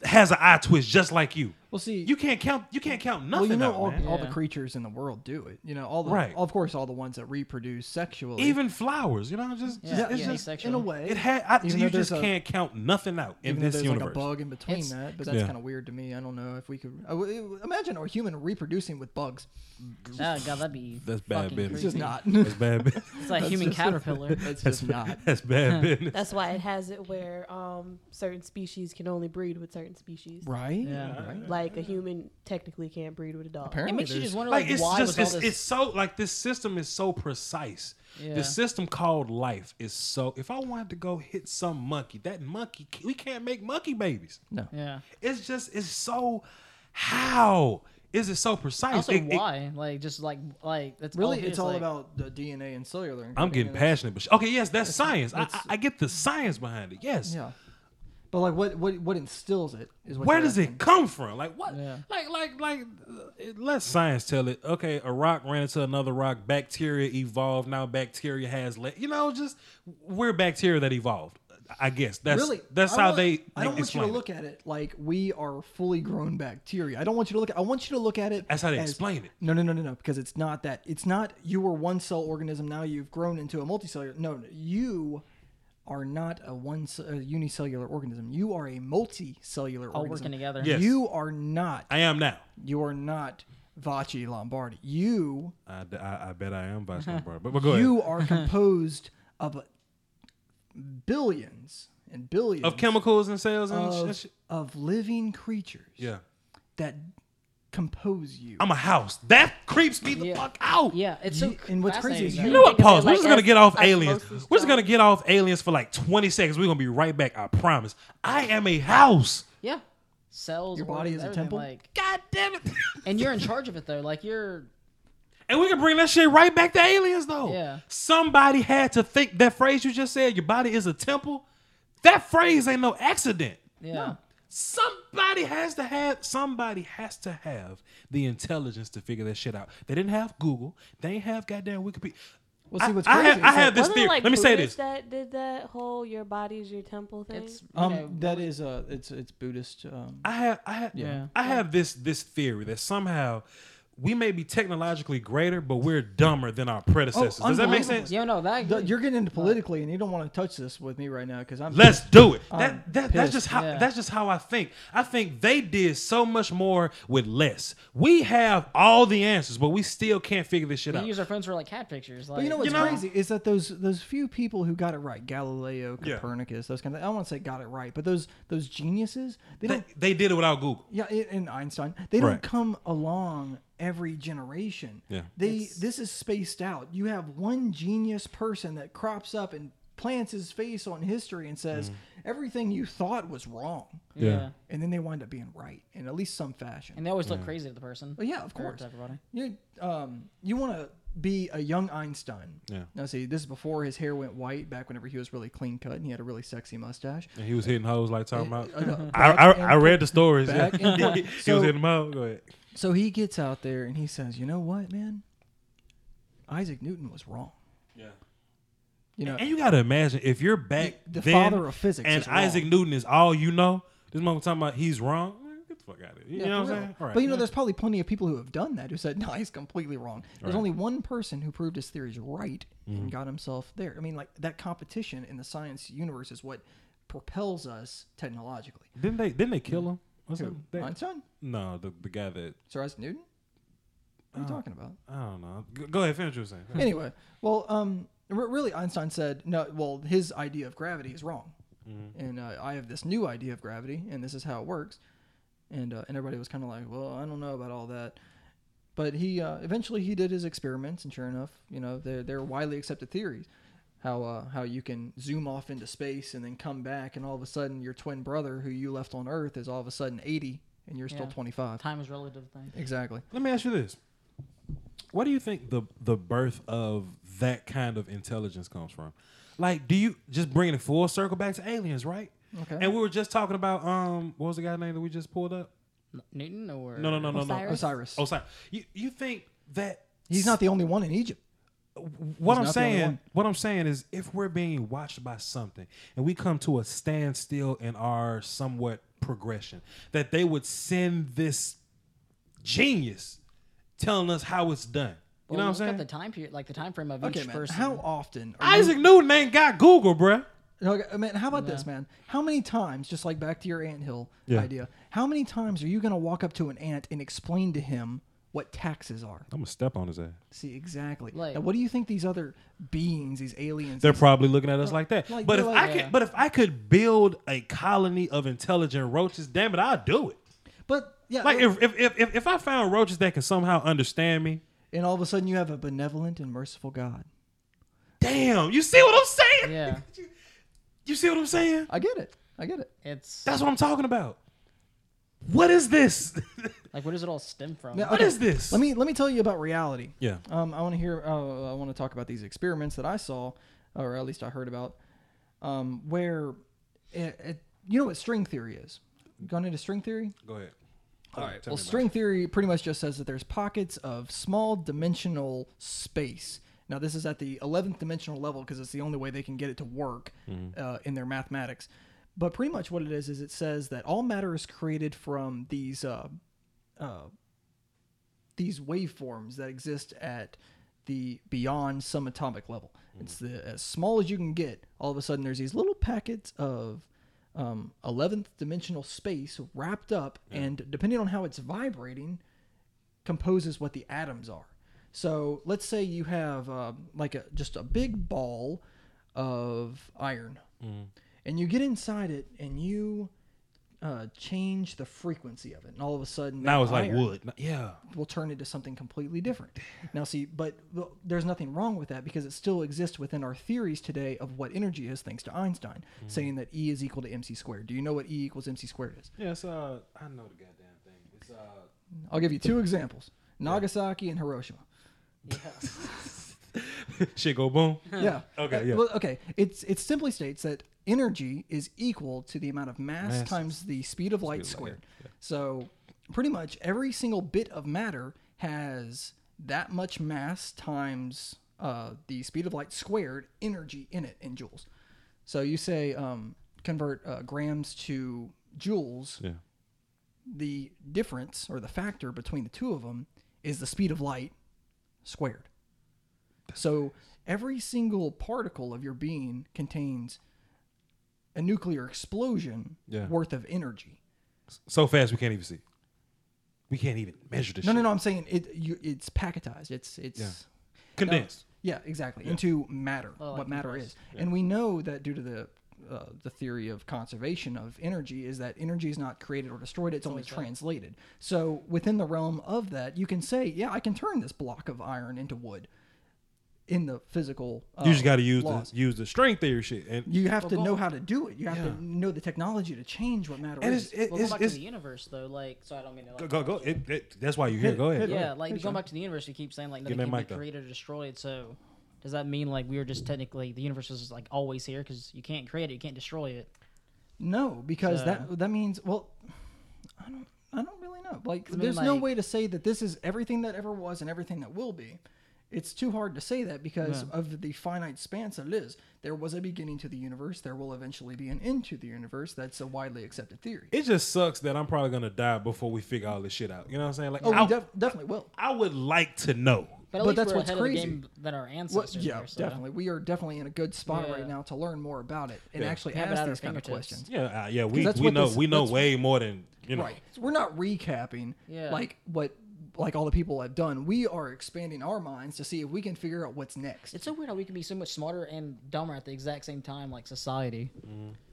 Speaker 2: has an eye twitch just like you.
Speaker 5: Well, see-
Speaker 2: you can't count, you can't count
Speaker 5: well,
Speaker 2: nothing
Speaker 5: you know
Speaker 2: out,
Speaker 5: all,
Speaker 2: man.
Speaker 5: all the
Speaker 3: Yeah.
Speaker 5: creatures in the world do it. You know all the
Speaker 2: Right.
Speaker 5: of course all the ones that reproduce sexually.
Speaker 2: Even flowers, you know, just, just- it's
Speaker 3: Yeah, yeah,
Speaker 2: just
Speaker 5: in a
Speaker 3: asexual.
Speaker 5: way,
Speaker 2: it had. I,
Speaker 5: Even
Speaker 2: you
Speaker 5: though there's
Speaker 2: just
Speaker 5: a-
Speaker 2: can't count nothing out in
Speaker 5: even though
Speaker 2: this
Speaker 5: there's
Speaker 2: universe.
Speaker 5: like a bug in between
Speaker 3: It's-
Speaker 5: that, but that's
Speaker 2: Yeah.
Speaker 5: kind of weird to me. I don't know if we could I w- imagine a human reproducing with bugs.
Speaker 3: Oh god, that'd be
Speaker 2: That's bad
Speaker 3: fucking
Speaker 2: business.
Speaker 5: It's just
Speaker 3: creepy.
Speaker 5: not.
Speaker 2: That's bad. bu-
Speaker 3: It's like human caterpillar.
Speaker 5: It's just not.
Speaker 2: That's bad business.
Speaker 6: That's why it has it where um, certain species can only breed with certain species.
Speaker 5: Right?
Speaker 3: Yeah.
Speaker 5: Right?
Speaker 6: Like a
Speaker 2: Mm.
Speaker 6: human technically can't breed with a dog.
Speaker 5: Apparently
Speaker 3: It makes you
Speaker 5: there's-
Speaker 3: just wonder like,
Speaker 2: Like it's
Speaker 3: why
Speaker 2: just
Speaker 3: was
Speaker 2: it's,
Speaker 3: all
Speaker 2: it's
Speaker 3: this
Speaker 2: so like this system is so precise.
Speaker 3: Yeah.
Speaker 2: The system called life is so. If I wanted to go hit some monkey, that monkey we can't make monkey babies.
Speaker 5: No.
Speaker 3: Yeah.
Speaker 2: It's just it's so. How is it so precise?
Speaker 3: Also
Speaker 2: It- it-
Speaker 3: why? like just like like that's
Speaker 5: Really,
Speaker 3: all
Speaker 5: it's all
Speaker 3: like,
Speaker 5: about the DNA and cellular.
Speaker 2: I'm
Speaker 5: encoding,
Speaker 2: getting
Speaker 5: and that's-
Speaker 2: passionate, but sh- okay, yes, that's science. I, I,
Speaker 5: it's-
Speaker 2: I get the science behind it. Yes.
Speaker 5: Yeah. But like, what what what instills it is what
Speaker 2: Where
Speaker 5: you're
Speaker 2: does it
Speaker 5: asking.
Speaker 2: come from? Like what?
Speaker 3: Yeah.
Speaker 2: Like like like. uh, it- Let science tell it. Okay, a rock ran into another rock. Bacteria evolved. Now bacteria has. Le- you know, just we're bacteria that evolved. I guess that's
Speaker 5: really,
Speaker 2: that's
Speaker 5: I
Speaker 2: how
Speaker 5: want-
Speaker 2: they.
Speaker 5: I don't want you
Speaker 2: explain
Speaker 5: to
Speaker 2: it.
Speaker 5: look at it like we are fully grown bacteria. I don't want you to look. At, I want you to look at it.
Speaker 2: That's how they
Speaker 5: as-
Speaker 2: explain it.
Speaker 5: No, no, no, no, no. Because it's not that. It's not you were one cell organism. Now you've grown into a multicellular. No, no, you are not a one ce- a unicellular organism. You are a multicellular
Speaker 3: all
Speaker 5: organism.
Speaker 3: working together.
Speaker 2: Yes.
Speaker 5: You are not.
Speaker 2: I am now.
Speaker 5: You are not Vachi Lombardi. You
Speaker 2: I, I, I bet I am Vice Lombardi. But, but go ahead.
Speaker 5: you are composed of billions and billions
Speaker 2: Of chemicals and cells and sh-
Speaker 5: of,
Speaker 2: sh-
Speaker 5: of living creatures
Speaker 2: yeah.
Speaker 5: that compose you.
Speaker 2: I'm a house. That creeps me the
Speaker 3: Yeah.
Speaker 2: fuck out.
Speaker 3: Yeah, it's so
Speaker 5: You- and what's crazy is
Speaker 3: fascinating,
Speaker 5: you-
Speaker 2: You know
Speaker 5: I
Speaker 2: what?
Speaker 6: think of
Speaker 2: Pause.
Speaker 6: it
Speaker 2: We're
Speaker 6: like
Speaker 2: just gonna
Speaker 6: as-
Speaker 2: get off
Speaker 6: as
Speaker 2: aliens.
Speaker 6: mostly
Speaker 2: We're just gonna
Speaker 6: strong.
Speaker 2: get off aliens for like 20 seconds. We're gonna be right back. I promise. I am a house.
Speaker 3: Yeah. Cells,
Speaker 5: Your body
Speaker 3: organs,
Speaker 5: is a
Speaker 3: everything,
Speaker 5: temple?
Speaker 3: Like,
Speaker 2: God damn it.
Speaker 3: and you're in charge of it though. Like you're
Speaker 2: and we can bring that shit right back to aliens though.
Speaker 3: Yeah.
Speaker 2: Somebody had to think that phrase you just said. Your body is a temple. That phrase ain't no accident.
Speaker 3: yeah.
Speaker 2: Somebody has to have somebody has to have the intelligence to figure that shit out. They didn't have Google. They ain't have goddamn Wikipedia.
Speaker 5: Well, see, what's
Speaker 2: I, I
Speaker 5: crazy
Speaker 2: have,
Speaker 5: is
Speaker 2: I
Speaker 5: that-
Speaker 2: have this
Speaker 6: Wasn't it
Speaker 2: theory.
Speaker 6: like
Speaker 2: Let me say
Speaker 6: Buddhists
Speaker 2: this.
Speaker 6: That did that whole your body is your temple thing.
Speaker 3: It's you
Speaker 5: um,
Speaker 3: know,
Speaker 5: that is a it's it's Buddhist. Um,
Speaker 2: I have I have
Speaker 3: Yeah.
Speaker 2: I have this this theory that somehow we may be technologically greater, but we're dumber than our predecessors. Does that make
Speaker 5: Oh, unbelievable.
Speaker 2: sense?
Speaker 3: Yeah, no, that I
Speaker 5: the-
Speaker 3: agree.
Speaker 5: you're getting into politically, and you don't want to touch this with me right now because I'm
Speaker 2: Let's do it.
Speaker 5: I'm
Speaker 2: That, that that's
Speaker 5: pissed,
Speaker 2: just how
Speaker 3: yeah.
Speaker 2: that's just how I think. I think they did so much more with less. We have all the answers, but we still can't figure this shit
Speaker 3: we
Speaker 2: out.
Speaker 3: use our phones for like cat pictures. Like
Speaker 5: But you know what's
Speaker 2: know-
Speaker 5: crazy is that those those few people who got it right, Galileo,
Speaker 2: Yeah.
Speaker 5: Copernicus, those kind of. I don't want to say got it right, but those those geniuses, they
Speaker 2: They,
Speaker 5: don't.
Speaker 2: they did it without Google.
Speaker 5: Yeah, and- and Einstein, they
Speaker 2: Right.
Speaker 5: don't come along every generation.
Speaker 2: Yeah.
Speaker 5: They this is spaced out. You have one genius person that crops up and plants his face on history and says
Speaker 2: Mm-hmm.
Speaker 5: everything you thought was wrong.
Speaker 2: Yeah.
Speaker 5: And then they wind up being right in at least some fashion.
Speaker 3: And they always look crazy to the person.
Speaker 5: Well, yeah, of
Speaker 3: Or
Speaker 5: course.
Speaker 3: To everybody.
Speaker 5: You um you want to be a young Einstein.
Speaker 2: Yeah.
Speaker 5: Now see, this is before his hair went white. Back whenever he was really clean cut and he had a really sexy mustache.
Speaker 2: And he was hitting hoes like talking about.
Speaker 5: Uh,
Speaker 2: I, I, I read the stories. Yeah.
Speaker 5: Back in
Speaker 2: he
Speaker 5: point. So-
Speaker 2: was hitting them out. Go ahead.
Speaker 5: So he gets out there and he says, "You know what, man? Isaac Newton was wrong.
Speaker 2: Yeah.
Speaker 5: You know,
Speaker 2: And you gotta imagine if you're back
Speaker 5: The- the
Speaker 2: then
Speaker 5: father of physics
Speaker 2: and
Speaker 5: is wrong.
Speaker 2: Isaac Newton is all you know. This mother talking about he's wrong. Man, Get the fuck out of here. You
Speaker 5: Yeah,
Speaker 2: know what
Speaker 5: for
Speaker 2: I'm
Speaker 5: real.
Speaker 2: saying? All right.
Speaker 5: But you know,
Speaker 2: Yeah.
Speaker 5: there's probably plenty of people who have done that who said, "No, he's completely wrong." There's
Speaker 2: Right. Mm-hmm.
Speaker 5: only one person who proved his theories right and got himself there. I mean, like that competition in the science universe is what propels us technologically.
Speaker 2: didn't they didn't they kill him? Was it, they-
Speaker 5: Einstein,
Speaker 2: no, the, the guy that
Speaker 5: Sir Isaac Newton. What are you talking about?
Speaker 2: I don't know. Go, go ahead, finish what you're saying.
Speaker 5: anyway, well, um, re- really, Einstein said no. Well, his idea of gravity is wrong, and uh, I have this new idea of gravity, and this is how it works. And uh, and everybody was kind of like, well, I don't know about all that, but he uh, eventually he did his experiments, and sure enough, you know, they're they're widely accepted theories. How, uh, how you can zoom off into space and then come back and all of a sudden your twin brother who you left on earth is all of a sudden 80 and you're still
Speaker 3: Yeah.
Speaker 5: 25
Speaker 3: Time is relative thing.
Speaker 5: exactly
Speaker 2: Let me ask you this. What do you think the the birth of that kind of intelligence comes from? Like, do you just bringing it full circle back to aliens, right?
Speaker 5: Okay.
Speaker 2: And we were just talking about um, what was the guy's name that we just pulled up?
Speaker 3: N- Newton or
Speaker 2: No, no, no, no,
Speaker 4: Osiris?
Speaker 5: osiris
Speaker 2: no. Osiris. You you think that
Speaker 5: he's not the only one in egypt
Speaker 2: what
Speaker 5: He's
Speaker 2: I'm
Speaker 5: not the only one.
Speaker 2: saying, what I'm saying is, if we're being watched by something and we come to a standstill in our somewhat progression, that they would send this genius telling us how it's done. You
Speaker 3: Well,
Speaker 2: know what I'm
Speaker 3: look at
Speaker 2: saying?
Speaker 3: the time period, like the time frame of
Speaker 5: okay
Speaker 3: each
Speaker 5: man
Speaker 3: person.
Speaker 5: how often are you-
Speaker 2: Isaac Newton ain't got Google, bruh.
Speaker 5: Okay, uh, man, how about this, man? How many times, just like back to your anthill
Speaker 2: Yeah.
Speaker 5: idea, how many times are you going to walk up to an ant and explain to him what taxes are?
Speaker 2: I'm gonna step on his ass.
Speaker 5: See, exactly.
Speaker 3: Like-
Speaker 5: now, what do you think these other beings, these aliens,
Speaker 2: They're
Speaker 5: these-
Speaker 2: probably looking at us like that.
Speaker 5: like,
Speaker 2: but if
Speaker 5: they're
Speaker 2: I
Speaker 5: like-
Speaker 2: could,
Speaker 3: Yeah.
Speaker 2: but if I could build a colony of intelligent roaches, damn it, I'd do it.
Speaker 5: but yeah, uh,
Speaker 2: Like
Speaker 5: look,
Speaker 2: if if, if if if I found roaches that can somehow understand me,
Speaker 5: and all of a sudden you have a benevolent and merciful God.
Speaker 2: damn, you see what I'm saying?
Speaker 3: Yeah,
Speaker 2: You see what I'm saying?
Speaker 5: I get it. I get it.
Speaker 3: it's
Speaker 2: That's what I'm talking about. What is this?
Speaker 3: like where does it all stem from?
Speaker 5: Now,
Speaker 2: What
Speaker 5: okay,
Speaker 2: is this?
Speaker 5: Let me let me tell you about reality.
Speaker 2: Yeah.
Speaker 5: Um, I want to hear. Uh, I want to talk about these experiments that I saw, or at least I heard about, um, where, it, it, you know what string theory is. Gone into string theory.
Speaker 2: Go ahead.
Speaker 5: All right. Well, string theory pretty much just says that there's pockets of small dimensional space. Now, this is at the 11th dimensional level because it's the only way they can get it to work uh, in their mathematics. But pretty much what it is is it says that all matter is created from these uh, uh, these waveforms that exist at the beyond some atomic level.
Speaker 2: Hmm.
Speaker 5: It's the as small as you can get. All of a sudden, there's these little packets of um, 11th dimensional space wrapped up, and depending on how it's vibrating, composes what the atoms are. So let's say you have um, like a just a big ball of iron,
Speaker 2: Hmm.
Speaker 5: and you get inside it and you uh, change the frequency of it, and all of a sudden
Speaker 2: Now
Speaker 5: that
Speaker 2: it's like
Speaker 5: iron-
Speaker 2: wood. Yeah.
Speaker 5: will turn into something completely different. Now, see, but th- there's nothing wrong with that because it still exists within our theories today of what energy is, thanks to Einstein saying that E is equal to mc squared. Do you know what E equals mc squared is?
Speaker 2: Yeah. It's uh, I know the goddamn thing. It's uh,
Speaker 5: I'll give you two examples: Nagasaki and Hiroshima.
Speaker 2: shit go boom.
Speaker 5: yeah.
Speaker 2: Okay,
Speaker 5: Uh,
Speaker 2: yeah.
Speaker 5: Well, okay. It's it simply states that energy is equal to the amount of mass,
Speaker 2: Mass.
Speaker 5: times the speed of light
Speaker 2: of light,
Speaker 5: squared. So pretty much every single bit of matter has that much mass times uh, the speed of light squared energy in it in joules. So you say um, convert uh, grams to joules.
Speaker 2: Yeah.
Speaker 5: The difference or the factor between the two of them is the speed of light squared. So every single particle of your being contains a nuclear explosion
Speaker 2: Yeah.
Speaker 5: worth of energy.
Speaker 2: So fast we can't even see. We can't even measure this.
Speaker 5: No,
Speaker 2: shit.
Speaker 5: no, no. I'm saying it. You, it's packetized. It's it's.
Speaker 2: Condensed.
Speaker 5: Yeah, exactly. Into matter,
Speaker 3: Oh, like
Speaker 5: what matter
Speaker 3: compressed.
Speaker 5: is, and we know that due to the uh, the theory of conservation of energy is that energy is not created or destroyed; it's, only translated. So within the realm of that, you can say, "Yeah, I can turn this block of iron into wood." In the physical, uh,
Speaker 2: You just got to use
Speaker 5: laws.
Speaker 2: the use the string theory shit, and
Speaker 5: You have to know how to do it. You have
Speaker 2: Yeah.
Speaker 5: to know the technology to change what matter
Speaker 2: and
Speaker 5: is.
Speaker 2: it's it,
Speaker 3: Well,
Speaker 2: it's,
Speaker 3: going back
Speaker 2: it's
Speaker 3: to the universe though, like so I don't mean to. Like,
Speaker 2: go go. go. It, it, that's why you're here. Go ahead.
Speaker 3: Yeah, like going back to the universe, you keep saying like
Speaker 2: Give
Speaker 3: nothing
Speaker 2: me that mic,
Speaker 3: can be
Speaker 2: though.
Speaker 3: created or destroyed. So does that mean like we are just technically the universe is like always here because you can't create it, you can't destroy it?
Speaker 5: No, because
Speaker 3: So-
Speaker 5: that that means well, I don't I don't really know. Like,
Speaker 3: mean,
Speaker 5: there's no
Speaker 3: like-
Speaker 5: way to say that this is everything that ever was and everything that will be. It's too hard to say that because of the finite spans that it is. There was a beginning to the universe. There will eventually be an end to the universe. That's a widely accepted theory.
Speaker 2: It just sucks that I'm probably gonna die before we figure all this shit out. You know what I'm saying? Like,
Speaker 5: oh,
Speaker 2: I,
Speaker 5: we def- definitely will.
Speaker 2: I would like to know.
Speaker 3: But,
Speaker 5: But
Speaker 3: at least
Speaker 5: that's
Speaker 3: we're
Speaker 5: what's
Speaker 3: ahead
Speaker 5: crazy.
Speaker 3: of the game than our
Speaker 5: Well,
Speaker 3: ancestors.
Speaker 5: yeah,
Speaker 3: were, so.
Speaker 5: definitely. We are definitely in a good spot
Speaker 3: Yeah.
Speaker 5: right now to learn more about it and
Speaker 2: Yeah.
Speaker 5: actually
Speaker 3: Have it at
Speaker 5: ask
Speaker 3: our
Speaker 5: these kind of
Speaker 3: fingertips.
Speaker 5: questions.
Speaker 2: Yeah, uh, yeah. We,
Speaker 5: that's
Speaker 2: we
Speaker 5: what
Speaker 2: know
Speaker 5: this-
Speaker 2: we know
Speaker 5: that's-
Speaker 2: way more than you know.
Speaker 5: Right. So we're not recapping
Speaker 3: Yeah.
Speaker 5: like what like all the people have done. We are expanding our minds to see if we can figure out what's next.
Speaker 3: It's so weird how we can be so much smarter and dumber at the exact same time, like society.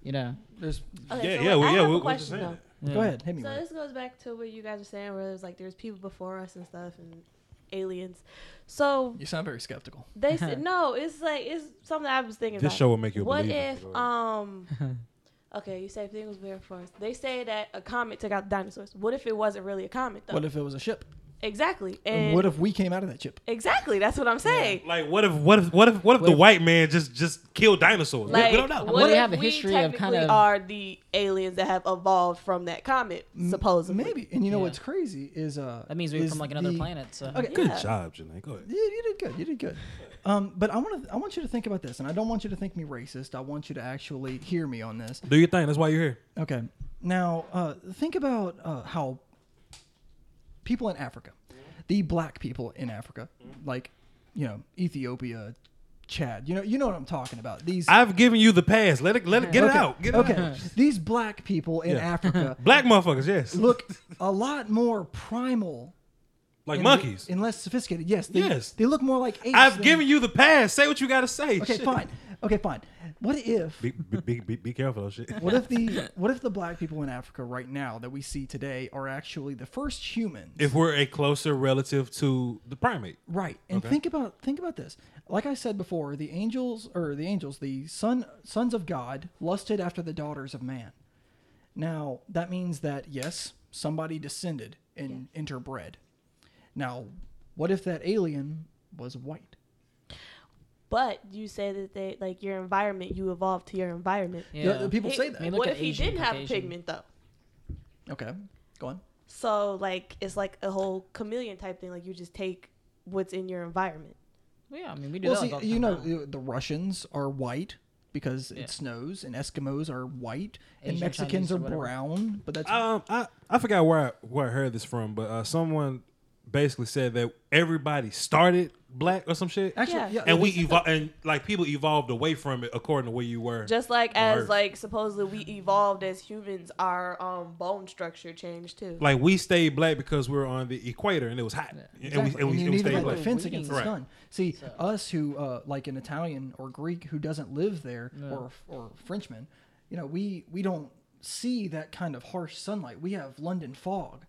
Speaker 3: You know,
Speaker 5: There's
Speaker 2: Yeah,
Speaker 4: Okay, so
Speaker 2: yeah,
Speaker 4: wait,
Speaker 2: we-
Speaker 4: I
Speaker 2: yeah,
Speaker 4: have
Speaker 2: we-
Speaker 4: a
Speaker 2: we're just
Speaker 4: question
Speaker 2: saying
Speaker 4: though.
Speaker 2: that.
Speaker 5: go ahead, hit me.
Speaker 6: So
Speaker 5: with it.
Speaker 6: this goes back to what you guys were saying, where it was like there's people before us and stuff, and aliens. So
Speaker 5: You sound very skeptical.
Speaker 6: they said no. It's like it's something I was thinking.
Speaker 2: This
Speaker 6: about.
Speaker 2: show will make you a
Speaker 6: What
Speaker 2: believer.
Speaker 6: if
Speaker 2: Go ahead.
Speaker 6: um? Okay, you say things were for us. They say that a comet took out the dinosaurs. What if it wasn't really a comet though?
Speaker 5: What if it was a ship?
Speaker 6: exactly.
Speaker 5: And
Speaker 6: And
Speaker 5: what if we came out of that ship?
Speaker 6: exactly. That's what I'm saying.
Speaker 2: Like what if what if what if what if the
Speaker 5: if-
Speaker 2: white man just just killed dinosaurs? We-
Speaker 6: Like,
Speaker 2: we don't know.
Speaker 6: what
Speaker 3: Well, they
Speaker 6: if
Speaker 3: have a
Speaker 6: we
Speaker 3: history of
Speaker 6: technically
Speaker 3: kind of-
Speaker 6: are the aliens that have evolved from that comet, supposedly?
Speaker 5: Maybe. And you know
Speaker 3: Yeah.
Speaker 5: what's crazy is uh
Speaker 3: that means we were
Speaker 5: is
Speaker 3: from like another
Speaker 5: the-
Speaker 3: planet. So
Speaker 5: Okay.
Speaker 2: Good
Speaker 6: Yeah.
Speaker 2: job, Janae. Go ahead.
Speaker 5: Yeah, you did good. You did good. Um, but I want to. I want you to think about this, and I don't want you to think me racist. I want you to actually hear me on this.
Speaker 2: Do your thing. That's why you're here.
Speaker 5: Okay. Now, uh, think about uh, how people in Africa, the black people in Africa,
Speaker 2: Mm-hmm.
Speaker 5: like, you know, Ethiopia, Chad, you know, you know what I'm talking about. These.
Speaker 2: I've given you the pass. Let it let it Ah, get it
Speaker 5: Okay,
Speaker 2: out. Get it
Speaker 5: okay.
Speaker 2: out.
Speaker 5: These black people in
Speaker 2: Yeah.
Speaker 5: Africa
Speaker 2: Black motherfuckers, yes.
Speaker 5: look a lot more primal.
Speaker 2: like
Speaker 5: and-
Speaker 2: monkeys.
Speaker 5: And less sophisticated. Yes. They,
Speaker 2: Yes.
Speaker 5: They look more like apes.
Speaker 2: I've
Speaker 5: than-
Speaker 2: given you the pass. Say what you gotta say.
Speaker 5: Okay,
Speaker 2: Shit.
Speaker 5: fine. Okay, fine. What if.
Speaker 2: Be, be, be, be, be careful, though, shit.
Speaker 5: What if the what if the black people in Africa right now that we see today are actually the first humans?
Speaker 2: If we're a closer relative to the primate,
Speaker 5: Right. And
Speaker 2: Okay.
Speaker 5: think about think about this. Like I said before, the angels or the angels, the son sons of God lusted after the daughters of man. Now, that means that yes, somebody descended and interbred. Now, what if that alien was white?
Speaker 6: But you say that they like your environment. You evolved to your environment.
Speaker 5: Yeah,
Speaker 3: yeah,
Speaker 5: people
Speaker 6: Hey,
Speaker 5: say that.
Speaker 3: I mean, look
Speaker 6: what
Speaker 3: at
Speaker 6: if he
Speaker 3: Asian,
Speaker 6: didn't have a
Speaker 3: Caucasian.
Speaker 6: pigment though?
Speaker 5: Okay. Go on.
Speaker 6: So like it's like a whole chameleon type thing. Like you just take what's in your environment.
Speaker 3: Well, yeah, I mean, we do
Speaker 5: Well,
Speaker 3: that.
Speaker 5: see,
Speaker 3: like, all the
Speaker 5: you
Speaker 3: time
Speaker 5: know,
Speaker 3: now.
Speaker 5: uh, the Russians are white because
Speaker 3: Yeah.
Speaker 5: it snows and Eskimos are white and
Speaker 3: Asian,
Speaker 5: Mexicans
Speaker 3: Chinese, or
Speaker 5: are
Speaker 3: whatever.
Speaker 5: brown, but that's
Speaker 2: um, I I forgot where I, where I heard this from, but uh, someone basically said that everybody started black or some shit,
Speaker 5: actually
Speaker 6: Yeah.
Speaker 5: yeah.
Speaker 2: and we
Speaker 5: it's-
Speaker 2: evolved, and like people evolved away from it according to where you were.
Speaker 6: Just like
Speaker 2: on
Speaker 6: as
Speaker 2: Earth.
Speaker 6: like supposedly we evolved as humans, our um bone structure changed too.
Speaker 2: like we stayed black because we were on the equator and it was hot,
Speaker 5: Exactly.
Speaker 2: and
Speaker 5: And
Speaker 2: we, and
Speaker 5: you
Speaker 2: we, and we
Speaker 5: need to
Speaker 2: stayed
Speaker 5: have
Speaker 2: black.
Speaker 5: a defense against the
Speaker 2: Right.
Speaker 5: sun. See, us who uh, like an Italian or Greek who doesn't live there, or or Frenchman, you know, we we don't see that kind of harsh sunlight. We have London fog.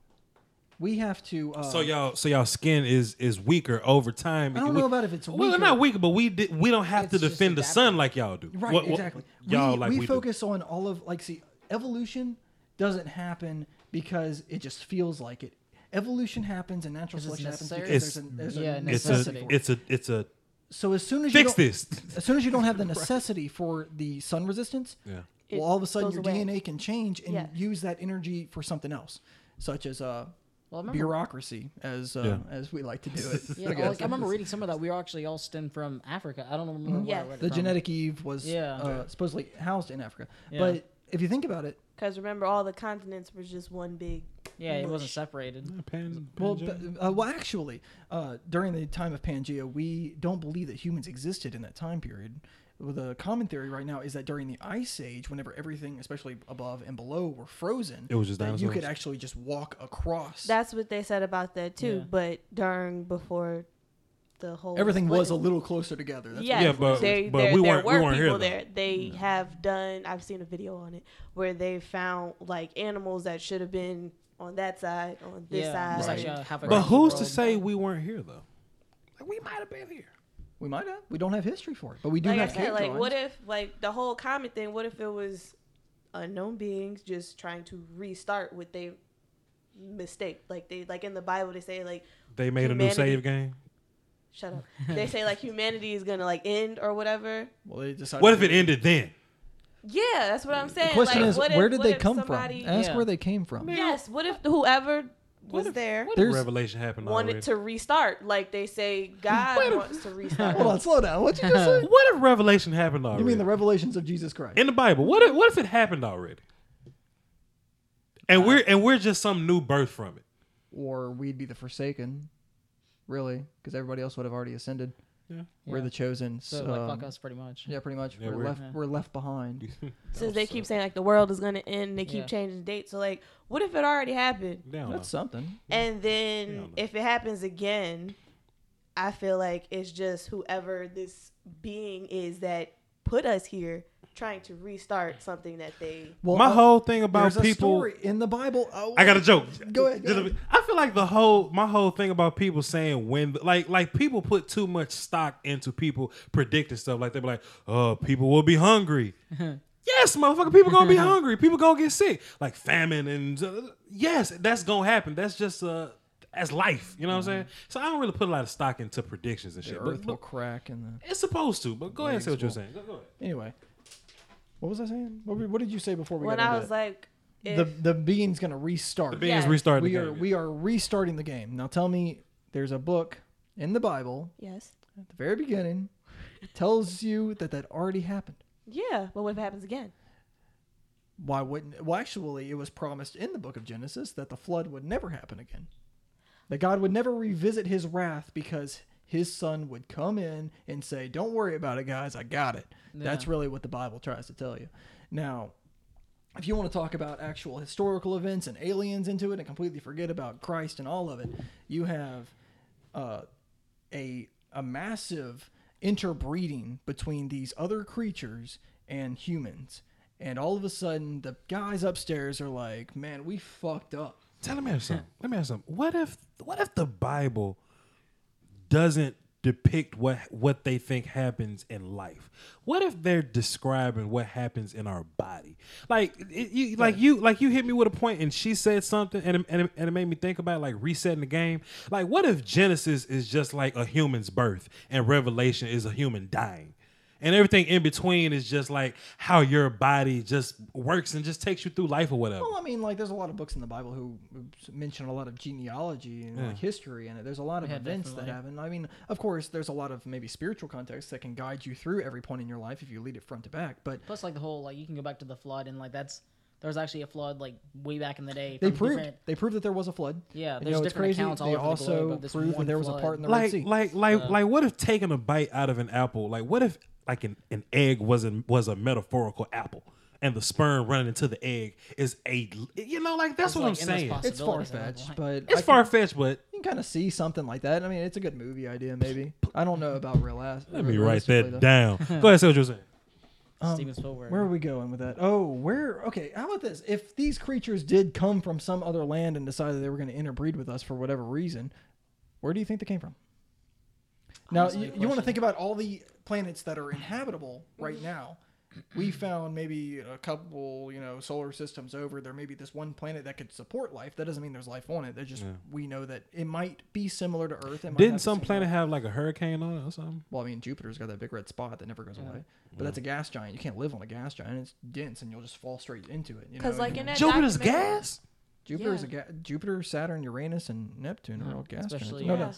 Speaker 5: We have to. Uh,
Speaker 2: So y'all, so y'all skin is is weaker over time.
Speaker 5: I don't
Speaker 2: We-
Speaker 5: know about if it's
Speaker 2: Well,
Speaker 5: weaker.
Speaker 2: not weaker, but we did, we don't have to
Speaker 3: It's just
Speaker 2: defend the sun like y'all do.
Speaker 5: Right,
Speaker 2: What- what-
Speaker 5: exactly.
Speaker 2: Y'all
Speaker 5: we,
Speaker 2: like
Speaker 5: we,
Speaker 2: we, do.
Speaker 5: focus on all of like see evolution doesn't happen because it just feels like it. Evolution happens and natural
Speaker 3: Because it's
Speaker 5: selection happens
Speaker 3: necessary?
Speaker 5: because
Speaker 2: It's-
Speaker 5: there's, an, there's
Speaker 3: Yeah,
Speaker 5: a
Speaker 2: It's
Speaker 5: necessity.
Speaker 2: a
Speaker 3: necessity.
Speaker 2: it's a it's a
Speaker 5: so as soon as you
Speaker 2: fix
Speaker 5: don't-
Speaker 2: this.
Speaker 5: as soon as you don't have the necessity for the sun resistance,
Speaker 2: Yeah.
Speaker 5: well, all of a
Speaker 6: It
Speaker 5: sudden
Speaker 6: goes
Speaker 5: your
Speaker 6: away.
Speaker 5: DNA can change and
Speaker 6: Yeah.
Speaker 5: use that energy for something else, such as uh,
Speaker 3: Well, I remember-
Speaker 5: bureaucracy, as uh,
Speaker 2: Yeah.
Speaker 5: as we like to do it.
Speaker 3: Yeah,
Speaker 5: I
Speaker 3: I,
Speaker 5: guess.
Speaker 3: like, I remember reading somewhere that we are actually all stemmed from Africa. I don't remember where I
Speaker 6: Yes.
Speaker 3: read it
Speaker 5: the
Speaker 3: from.
Speaker 5: genetic Eve was
Speaker 3: Yeah.
Speaker 5: uh, supposedly housed in Africa,
Speaker 3: Yeah.
Speaker 5: but if you think about it,
Speaker 6: Because remember, all the continents were just one big.
Speaker 3: Yeah, it wasn't separated.
Speaker 2: Pan-
Speaker 5: well,
Speaker 2: Pangea?
Speaker 5: th- uh, well, actually, uh, during the time of Pangea, we don't believe that humans existed in that time period. Well, The common theory right now is that during the Ice Age, whenever everything, especially above and below, were frozen,
Speaker 2: It was just
Speaker 5: that you could
Speaker 2: dinosaurs.
Speaker 5: actually just walk across.
Speaker 6: That's what they said about that too.
Speaker 3: Yeah.
Speaker 6: But during before the whole
Speaker 5: Everything
Speaker 6: what
Speaker 5: was
Speaker 6: is-
Speaker 5: a little closer together. That's
Speaker 6: yes,
Speaker 2: Yeah, but-
Speaker 6: they,
Speaker 2: but
Speaker 6: there,
Speaker 2: we
Speaker 6: there
Speaker 2: weren't- we
Speaker 6: were
Speaker 2: weren't here,
Speaker 6: people
Speaker 2: though.
Speaker 6: there. They have done. I've seen a video on it where they found like animals that should have been on that side, on this
Speaker 3: yeah, it's
Speaker 6: side.
Speaker 3: like, uh, half a
Speaker 2: But
Speaker 3: grassy
Speaker 2: who's to
Speaker 3: world.
Speaker 2: say we weren't here though? Like we might have been here.
Speaker 5: We might have. We don't have history for it, but we do
Speaker 6: like I
Speaker 5: have
Speaker 6: said,
Speaker 5: cave
Speaker 6: like
Speaker 5: drawings.
Speaker 6: what if like the whole comet thing? What if it was unknown beings just trying to restart what they mistake? Like they like in the Bible they say like
Speaker 2: They made a new
Speaker 6: Humanity.
Speaker 2: save game.
Speaker 6: shut up. they say like humanity is gonna like end or whatever.
Speaker 5: well, they decided
Speaker 2: What if
Speaker 5: to-
Speaker 2: it ended then?
Speaker 6: Yeah, that's what I'm saying.
Speaker 5: The question
Speaker 6: like,
Speaker 5: is,
Speaker 6: what if,
Speaker 5: where did
Speaker 6: what
Speaker 5: they
Speaker 6: if
Speaker 5: come
Speaker 6: somebody,
Speaker 5: from? Eh? Ask
Speaker 3: Yeah.
Speaker 5: where they came from.
Speaker 6: Yes, what if whoever was there
Speaker 5: if- There's-
Speaker 2: Revelation happened already.
Speaker 6: wanted to restart? Like they say, God wants to restart.
Speaker 5: Hold on, slow down. What you just say?
Speaker 2: What if Revelation happened already?
Speaker 5: You mean the revelations of Jesus Christ?
Speaker 2: in the Bible? What if, what if it happened already? And we're and we're just some new birth from it.
Speaker 5: or we'd be the forsaken, really, because everybody else would have already ascended.
Speaker 2: Yeah.
Speaker 5: We're
Speaker 3: Yeah.
Speaker 5: the chosen.
Speaker 3: So
Speaker 5: um,
Speaker 3: like fuck us pretty much.
Speaker 5: Yeah, pretty much.
Speaker 2: Yeah,
Speaker 5: we're,
Speaker 2: we're-
Speaker 5: left. We're left behind.
Speaker 6: Since
Speaker 5: Oh,
Speaker 6: they keep saying like the world is gonna end, they keep
Speaker 3: Yeah.
Speaker 6: changing dates. So like, what if it already happened?
Speaker 2: Down.
Speaker 5: That's something.
Speaker 6: And
Speaker 2: Yeah, I
Speaker 6: then
Speaker 2: know.
Speaker 6: if it happens again, I feel like it's just whoever this being is that put us here trying to restart something that they.
Speaker 5: Well,
Speaker 2: My
Speaker 5: uh,
Speaker 2: whole thing about
Speaker 5: there's a
Speaker 2: people
Speaker 5: story in the Bible. Oh,
Speaker 2: I got a joke.
Speaker 5: Go ahead, go
Speaker 2: Just a
Speaker 5: ahead.
Speaker 2: bit. I feel like the whole my whole thing about people saying when like like people put too much stock into people predicting stuff. Like they be like, oh, people will be hungry. yes, motherfucker, people gonna be hungry. People gonna get sick, like famine and uh, yes, that's gonna happen. That's just uh, that's life. You know what I'm saying? So I don't really put a lot of stock into predictions and
Speaker 5: The
Speaker 2: shit.
Speaker 5: Mm-hmm. earth
Speaker 2: But,
Speaker 5: will
Speaker 2: but
Speaker 5: crack and the.
Speaker 2: it's supposed to. But go ahead and say what you're saying. Go, go ahead.
Speaker 5: Anyway, what was I saying? What, were- what did you say before we
Speaker 6: When
Speaker 5: got into
Speaker 6: I was
Speaker 5: that?
Speaker 6: like, if,
Speaker 5: the the being's gonna restart.
Speaker 2: The being is
Speaker 6: Yes.
Speaker 2: restarting.
Speaker 5: we
Speaker 2: the
Speaker 5: are
Speaker 2: game.
Speaker 5: we are restarting the game. Now tell me, there's a book in the Bible
Speaker 6: yes,
Speaker 5: at the very beginning it tells you that that already happened.
Speaker 6: yeah, but what if it happens again?
Speaker 5: Why wouldn't? Well, actually, it was promised in the book of Genesis that the flood would never happen again. That God would never revisit His wrath because His Son would come in and say, "Don't worry about it, guys. I got it." That's
Speaker 3: Yeah.
Speaker 5: really what the Bible tries to tell you. Now, if you want to talk about actual historical events and aliens into it and completely forget about Christ and all of it, you have uh, a a massive interbreeding between these other creatures and humans. And all of a sudden, the guys upstairs are like, "Man, we fucked up."
Speaker 2: Tell me something. Let me ask something. What if what if the Bible doesn't depict what what they think happens in life? What if they're describing what happens in our body? Like it, you like you like you hit me with a point and she said something and it, and, it, and it made me think about like resetting the game. Like what if Genesis is just like a human's birth and Revelation is a human dying? And everything in between is just like how your body just works and just takes you through life or whatever.
Speaker 5: Well, I mean, like, there's a lot of books in the Bible who mention a lot of genealogy and like, history in it. There's a lot of
Speaker 3: Yeah,
Speaker 5: events that
Speaker 3: definitely.
Speaker 5: happen. I mean, of course, there's a lot of maybe spiritual context that can guide you through every point in your life if you lead it front to back. But
Speaker 3: Plus like the whole like you can go back to the flood and like that's there was actually a flood like way back in the day.
Speaker 5: they
Speaker 3: from
Speaker 5: proved
Speaker 3: different-
Speaker 5: they proved that there was a flood.
Speaker 3: Yeah,
Speaker 5: And,
Speaker 3: there's different accounts all
Speaker 5: they
Speaker 3: over the
Speaker 5: also
Speaker 3: globe of this
Speaker 5: proved that
Speaker 3: one
Speaker 5: there was a
Speaker 3: flood.
Speaker 5: part in the Red
Speaker 2: like
Speaker 5: Sea.
Speaker 2: like like like what if taking a bite out of an apple like what if like an, an egg was an, was a metaphorical apple and the sperm running into the egg is a you know like that's
Speaker 3: It's
Speaker 2: what
Speaker 3: like
Speaker 2: I'm
Speaker 3: endless
Speaker 2: saying
Speaker 3: possi-
Speaker 5: it's far
Speaker 3: possibilities at that
Speaker 5: fetched,
Speaker 3: point.
Speaker 5: but I
Speaker 2: it's
Speaker 5: can-
Speaker 2: far fetched but
Speaker 5: You can kind of see something like that. I mean, it's a good movie idea, maybe. I don't know about real ass.
Speaker 2: let me write that down go ahead say what you're saying
Speaker 3: Steven Spielberg.
Speaker 5: um, Where are we going with that? Oh, where? Okay, how about this? If these creatures did come from some other land and decided they were going to interbreed with us for whatever reason, where do you think they came from? Now,
Speaker 3: Honestly,
Speaker 5: you,
Speaker 3: good
Speaker 5: you want to
Speaker 3: question.
Speaker 5: think about all the planets that are inhabitable right now. We found maybe a couple, you know, solar systems over. There may be this one planet that could support life. That doesn't mean there's life on it. That just we know that it might be similar to Earth. It might
Speaker 2: didn't
Speaker 5: have
Speaker 2: some
Speaker 5: similar-
Speaker 2: planet have like a hurricane on it or something
Speaker 5: well, I mean, Jupiter's got that big red spot that never goes away. But that's a gas giant. You can't live on a gas giant. It's dense, and you'll just fall straight into it. you know?
Speaker 6: Because like
Speaker 5: And
Speaker 6: in that
Speaker 2: Jupiter's
Speaker 6: documentary-
Speaker 2: gas
Speaker 5: Jupiter's a ga- Jupiter, Saturn, Uranus, and Neptune are all gas
Speaker 3: especially-
Speaker 5: giants. No,
Speaker 6: yeah.
Speaker 5: no.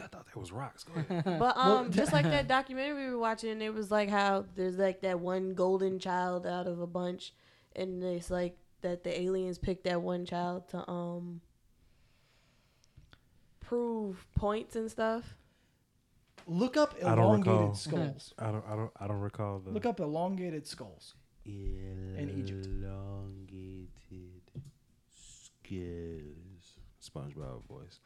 Speaker 2: nigga I thought that was rocks go ahead
Speaker 6: But um, just like that documentary we were watching, it was like how there's like that one golden child out of a bunch, and it's like that the aliens picked that one child to um prove points and stuff.
Speaker 5: Look up
Speaker 2: I don't recall.
Speaker 5: elongated skulls.
Speaker 2: I don't I don't I don't recall the
Speaker 5: Look up elongated skulls.
Speaker 2: in
Speaker 5: Egypt.
Speaker 2: elongated scales SpongeBob voice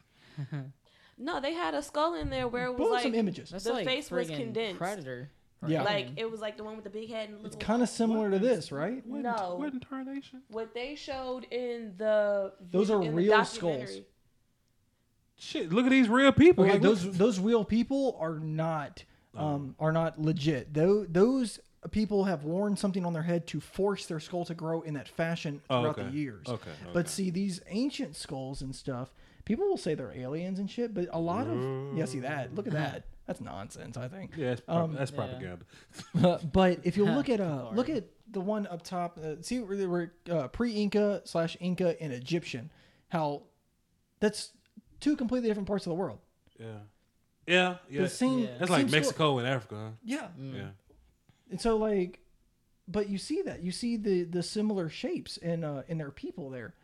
Speaker 6: No, they had a skull in there where it was
Speaker 5: Pull up
Speaker 6: like
Speaker 5: some images.
Speaker 3: That's
Speaker 6: The face was
Speaker 3: friggin'
Speaker 6: condensed.
Speaker 3: Predator.
Speaker 5: Yeah.
Speaker 6: like it was like the one with the big head and
Speaker 5: It's
Speaker 6: little.
Speaker 5: kind of similar to this, right?
Speaker 2: What,
Speaker 6: No.
Speaker 2: what incarnation?
Speaker 6: what they showed in the
Speaker 5: Those are
Speaker 6: in the
Speaker 5: real skulls.
Speaker 6: documentary.
Speaker 2: Shit, look at these real people.
Speaker 5: Okay,
Speaker 2: like,
Speaker 5: those
Speaker 2: look-
Speaker 5: those real people are not
Speaker 2: Oh.
Speaker 5: um, are not legit. Though those people have worn something on their head to force their skull to grow in that fashion
Speaker 2: Oh,
Speaker 5: throughout
Speaker 2: okay.
Speaker 5: the years.
Speaker 2: Okay, okay.
Speaker 5: But see these ancient skulls and stuff, people will say they're aliens and shit, but a lot of yeah, see that. Look at that. That's nonsense, I think.
Speaker 2: yeah, that's, prop- that's propaganda.
Speaker 5: but if you look at uh look at the one up top, uh, see where they were uh, pre-Inca slash Inca and Egyptian, how that's two completely different parts of the world.
Speaker 2: Yeah, yeah, yeah.
Speaker 5: The same.
Speaker 3: Yeah.
Speaker 2: that's like
Speaker 5: same story-
Speaker 2: Mexico and Africa.
Speaker 5: Yeah.
Speaker 6: Mm.
Speaker 2: Huh? Yeah,
Speaker 5: And so like but you see that. You see the the similar shapes in uh in their people there.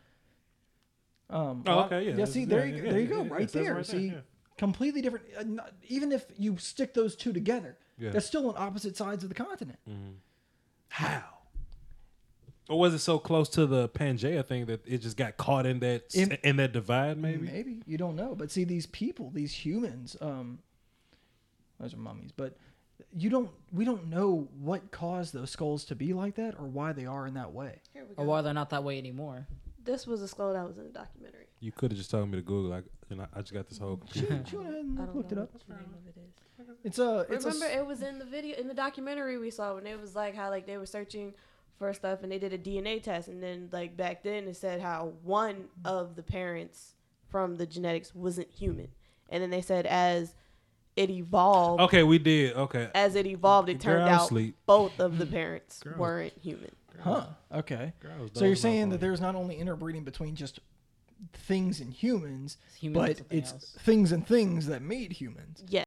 Speaker 5: Um
Speaker 2: Oh,
Speaker 5: uh,
Speaker 2: okay, yeah,
Speaker 5: Yeah,
Speaker 2: that's-
Speaker 5: see
Speaker 2: yeah,
Speaker 5: there you,
Speaker 2: yeah,
Speaker 5: there you
Speaker 2: yeah,
Speaker 5: go,
Speaker 2: yeah,
Speaker 5: right
Speaker 2: it says
Speaker 5: there.
Speaker 2: right there,
Speaker 5: see
Speaker 2: yeah.
Speaker 5: completely different uh, not, even if you stick those two together,
Speaker 2: Yeah. Mm-hmm.
Speaker 5: they're still on opposite sides of the continent.
Speaker 2: How? Or was it so close to the Pangea thing that it just got caught in that s-
Speaker 5: In-
Speaker 2: in Mm. that divide? Maybe.
Speaker 5: Maybe. You don't know. But see these people, these humans, um those are mummies, but you don't we don't know what caused those skulls to be like that or why they are in that way.
Speaker 6: Here we
Speaker 3: Or
Speaker 6: go.
Speaker 3: why they're not that way anymore.
Speaker 6: This was a skull that was in the documentary.
Speaker 2: You could have just told me to Google. Like, you know, I just got this whole.
Speaker 5: She,
Speaker 2: Computer.
Speaker 5: she went ahead
Speaker 6: Hmm. I
Speaker 5: and
Speaker 6: don't
Speaker 5: looked it
Speaker 6: know
Speaker 5: up.
Speaker 6: what the name of it is.
Speaker 5: It's a it's
Speaker 6: Remember,
Speaker 5: a, s-
Speaker 6: it was in the video in the documentary we saw when it was like how like they were searching for stuff and they did a DNA test and then like back then it said how one of the parents from the genetics wasn't human and then they said as it evolved
Speaker 2: okay, we did. Okay.
Speaker 6: as it evolved it
Speaker 2: Girl,
Speaker 6: turned
Speaker 2: I'm
Speaker 6: out
Speaker 2: sleep.
Speaker 6: both of the parents weren't human.
Speaker 5: Huh. Okay.
Speaker 2: Girls
Speaker 5: So you're
Speaker 2: doze off
Speaker 5: saying
Speaker 2: on
Speaker 5: that
Speaker 2: you.
Speaker 5: there's not only interbreeding between just things and humans,
Speaker 3: humans and
Speaker 5: but
Speaker 3: something
Speaker 5: it's
Speaker 3: else.
Speaker 5: things and things that made humans.
Speaker 6: Yeah.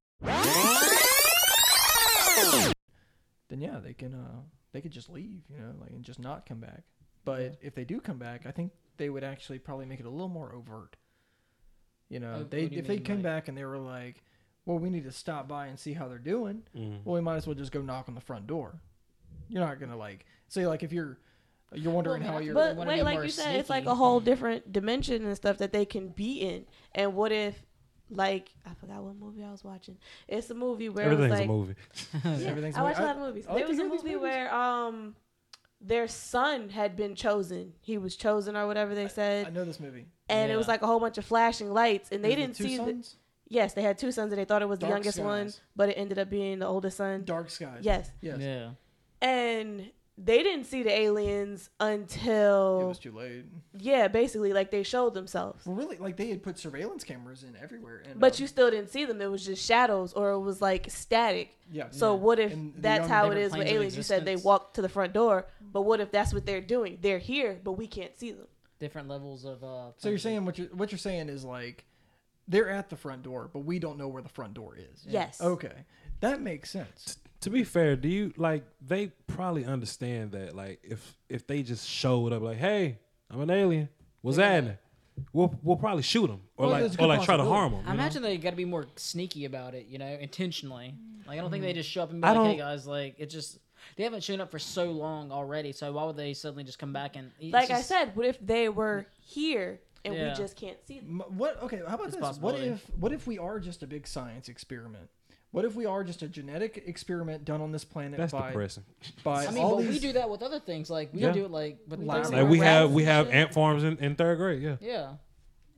Speaker 5: Then yeah, they can uh they could just leave, you know, like and just not come back. But if they do come back, I think they would actually probably make it a little more overt. You know,
Speaker 3: Oh,
Speaker 5: they
Speaker 3: what do you
Speaker 5: if they
Speaker 3: mean,
Speaker 5: came
Speaker 3: like-
Speaker 5: back and they were like, "Well, we need to stop by and see how they're doing."
Speaker 6: Mm.
Speaker 5: Well, we might as well just go knock on the front door. You're not gonna like say like if you're you're wondering how you're
Speaker 6: But
Speaker 5: wanna be
Speaker 6: wait, like
Speaker 5: more
Speaker 6: you said, it's like
Speaker 5: sneaky.
Speaker 6: a whole different dimension and stuff that they can be in. And what if, like, I forgot what movie I was watching. It's a movie where it was
Speaker 2: Everything's
Speaker 6: like
Speaker 2: a movie.
Speaker 6: Yeah,
Speaker 5: Everything's
Speaker 6: I watch a
Speaker 5: mo-
Speaker 6: lot of movies.
Speaker 5: I like
Speaker 6: there
Speaker 5: to
Speaker 6: was a
Speaker 5: hear these
Speaker 6: movie
Speaker 5: movies.
Speaker 6: where um their son had been chosen. He was chosen or whatever they said.
Speaker 5: I know this movie.
Speaker 6: and it was
Speaker 3: Yeah.
Speaker 6: like a whole bunch of flashing lights and they
Speaker 5: Is it
Speaker 6: didn't
Speaker 5: two
Speaker 6: see the,
Speaker 5: sons?
Speaker 6: Yes, they had two sons and they thought it was the
Speaker 5: Dark
Speaker 6: youngest one,
Speaker 5: Skies.
Speaker 6: but it ended up being the oldest son.
Speaker 5: Dark Skies.
Speaker 6: Yes.
Speaker 5: Yes.
Speaker 3: Yeah.
Speaker 6: And they didn't see the aliens
Speaker 5: It
Speaker 6: until
Speaker 5: was too late.
Speaker 6: yeah, basically like they showed themselves.
Speaker 5: Well, really, like they had put surveillance cameras in everywhere. And,
Speaker 6: But
Speaker 5: um,
Speaker 6: you still didn't see them. It was just shadows or it was like static.
Speaker 5: yeah.
Speaker 6: So
Speaker 5: yeah.
Speaker 6: what if
Speaker 5: And the
Speaker 6: that's
Speaker 5: young-
Speaker 6: how it
Speaker 3: different
Speaker 6: is with
Speaker 3: planes of
Speaker 6: aliens? You said they
Speaker 3: existence.
Speaker 6: walk to the front door, but what if that's what they're doing? They're here, but we can't see them.
Speaker 3: Different levels of. Uh,
Speaker 5: So you're
Speaker 3: punishment.
Speaker 5: saying what you're what you're saying is like they're at the front door, but we don't know where the front door is.
Speaker 6: Yes.
Speaker 5: Okay, that makes sense.
Speaker 2: to be fair, do you like they probably understand that like if if they just showed up like, hey, I'm an alien, what's happening? We'll we'll probably shoot them or
Speaker 5: Well, there's
Speaker 2: like
Speaker 5: a
Speaker 2: or
Speaker 5: good
Speaker 2: like try to harm them.
Speaker 3: I imagine they got to be more sneaky about it, you know, intentionally. Like I don't think
Speaker 5: Mm.
Speaker 3: they just show up and be
Speaker 2: I
Speaker 3: like, "Hey
Speaker 2: don't-
Speaker 3: guys," like it just they haven't shown up for so long already. So why would they suddenly just come back and it's
Speaker 6: Like I
Speaker 3: just-
Speaker 6: said, what if they were here and
Speaker 3: Yeah.
Speaker 6: we just can't see them?
Speaker 5: M- What? Okay, how about
Speaker 3: It's
Speaker 5: this? What
Speaker 3: possibility.
Speaker 5: if what if we are just a big science experiment? What if we are just a genetic experiment done on this planet
Speaker 2: That's
Speaker 5: by
Speaker 2: depressing.
Speaker 5: by
Speaker 3: I mean,
Speaker 5: all
Speaker 3: but
Speaker 5: these?
Speaker 3: we do that with other things. Like we
Speaker 2: Yeah.
Speaker 3: do it like with
Speaker 5: Like,
Speaker 3: things
Speaker 2: Like we
Speaker 3: rats
Speaker 2: have
Speaker 3: and
Speaker 2: we have
Speaker 3: shit.
Speaker 2: ant farms in, in third grade, yeah.
Speaker 3: yeah.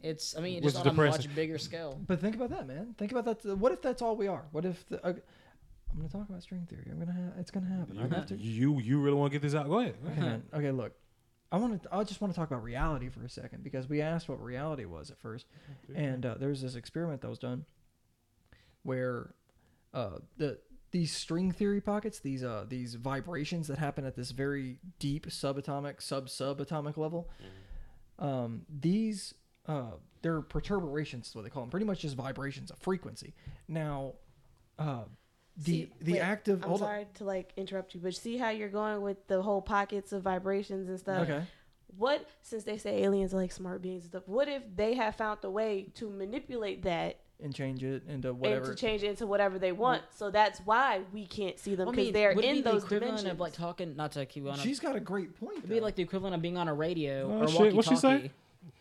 Speaker 3: It's I mean
Speaker 2: Which
Speaker 3: it's
Speaker 2: is
Speaker 3: just on a much
Speaker 2: depressing.
Speaker 3: bigger scale.
Speaker 5: But think about that, man. Think about that. What if that's all we are? What if the, uh, I'm gonna talk about string theory? I'm gonna ha- it's gonna happen. I have to.
Speaker 2: You you really want to get this out? Go ahead.
Speaker 5: Hey,
Speaker 6: Uh-huh.
Speaker 5: man. Okay, look. I want to. I just want to talk about reality for a second because we asked what reality was at first, and uh, there was this experiment that was done where uh, the these string theory pockets, these uh, these vibrations that happen at this very deep subatomic, sub subatomic level,
Speaker 6: Mm-hmm.
Speaker 5: um, these uh, they're perturbations, is what they call them. Pretty much just vibrations of frequency. Now, uh, the
Speaker 6: See,
Speaker 5: the
Speaker 6: wait,
Speaker 5: act of
Speaker 6: I'm
Speaker 5: hold on.
Speaker 6: sorry to like interrupt you, but see how you're going with the whole pockets of vibrations and stuff.
Speaker 5: Okay.
Speaker 6: What since they say aliens are like smart beings and stuff, what if they have found a way to manipulate that
Speaker 5: and change it into whatever.
Speaker 6: and to change it into whatever they want? So that's why we can't see them
Speaker 3: I
Speaker 6: because
Speaker 3: mean,
Speaker 6: they're
Speaker 3: would it be
Speaker 6: in
Speaker 3: the
Speaker 6: those
Speaker 3: equivalent
Speaker 6: dimensions.
Speaker 3: of like talking not to keep on.
Speaker 5: She's got a great point.
Speaker 3: It'd be
Speaker 5: though.
Speaker 3: like the equivalent of being on a radio
Speaker 2: Oh,
Speaker 3: or
Speaker 2: shit, what'd she say?
Speaker 3: walkie-talkie.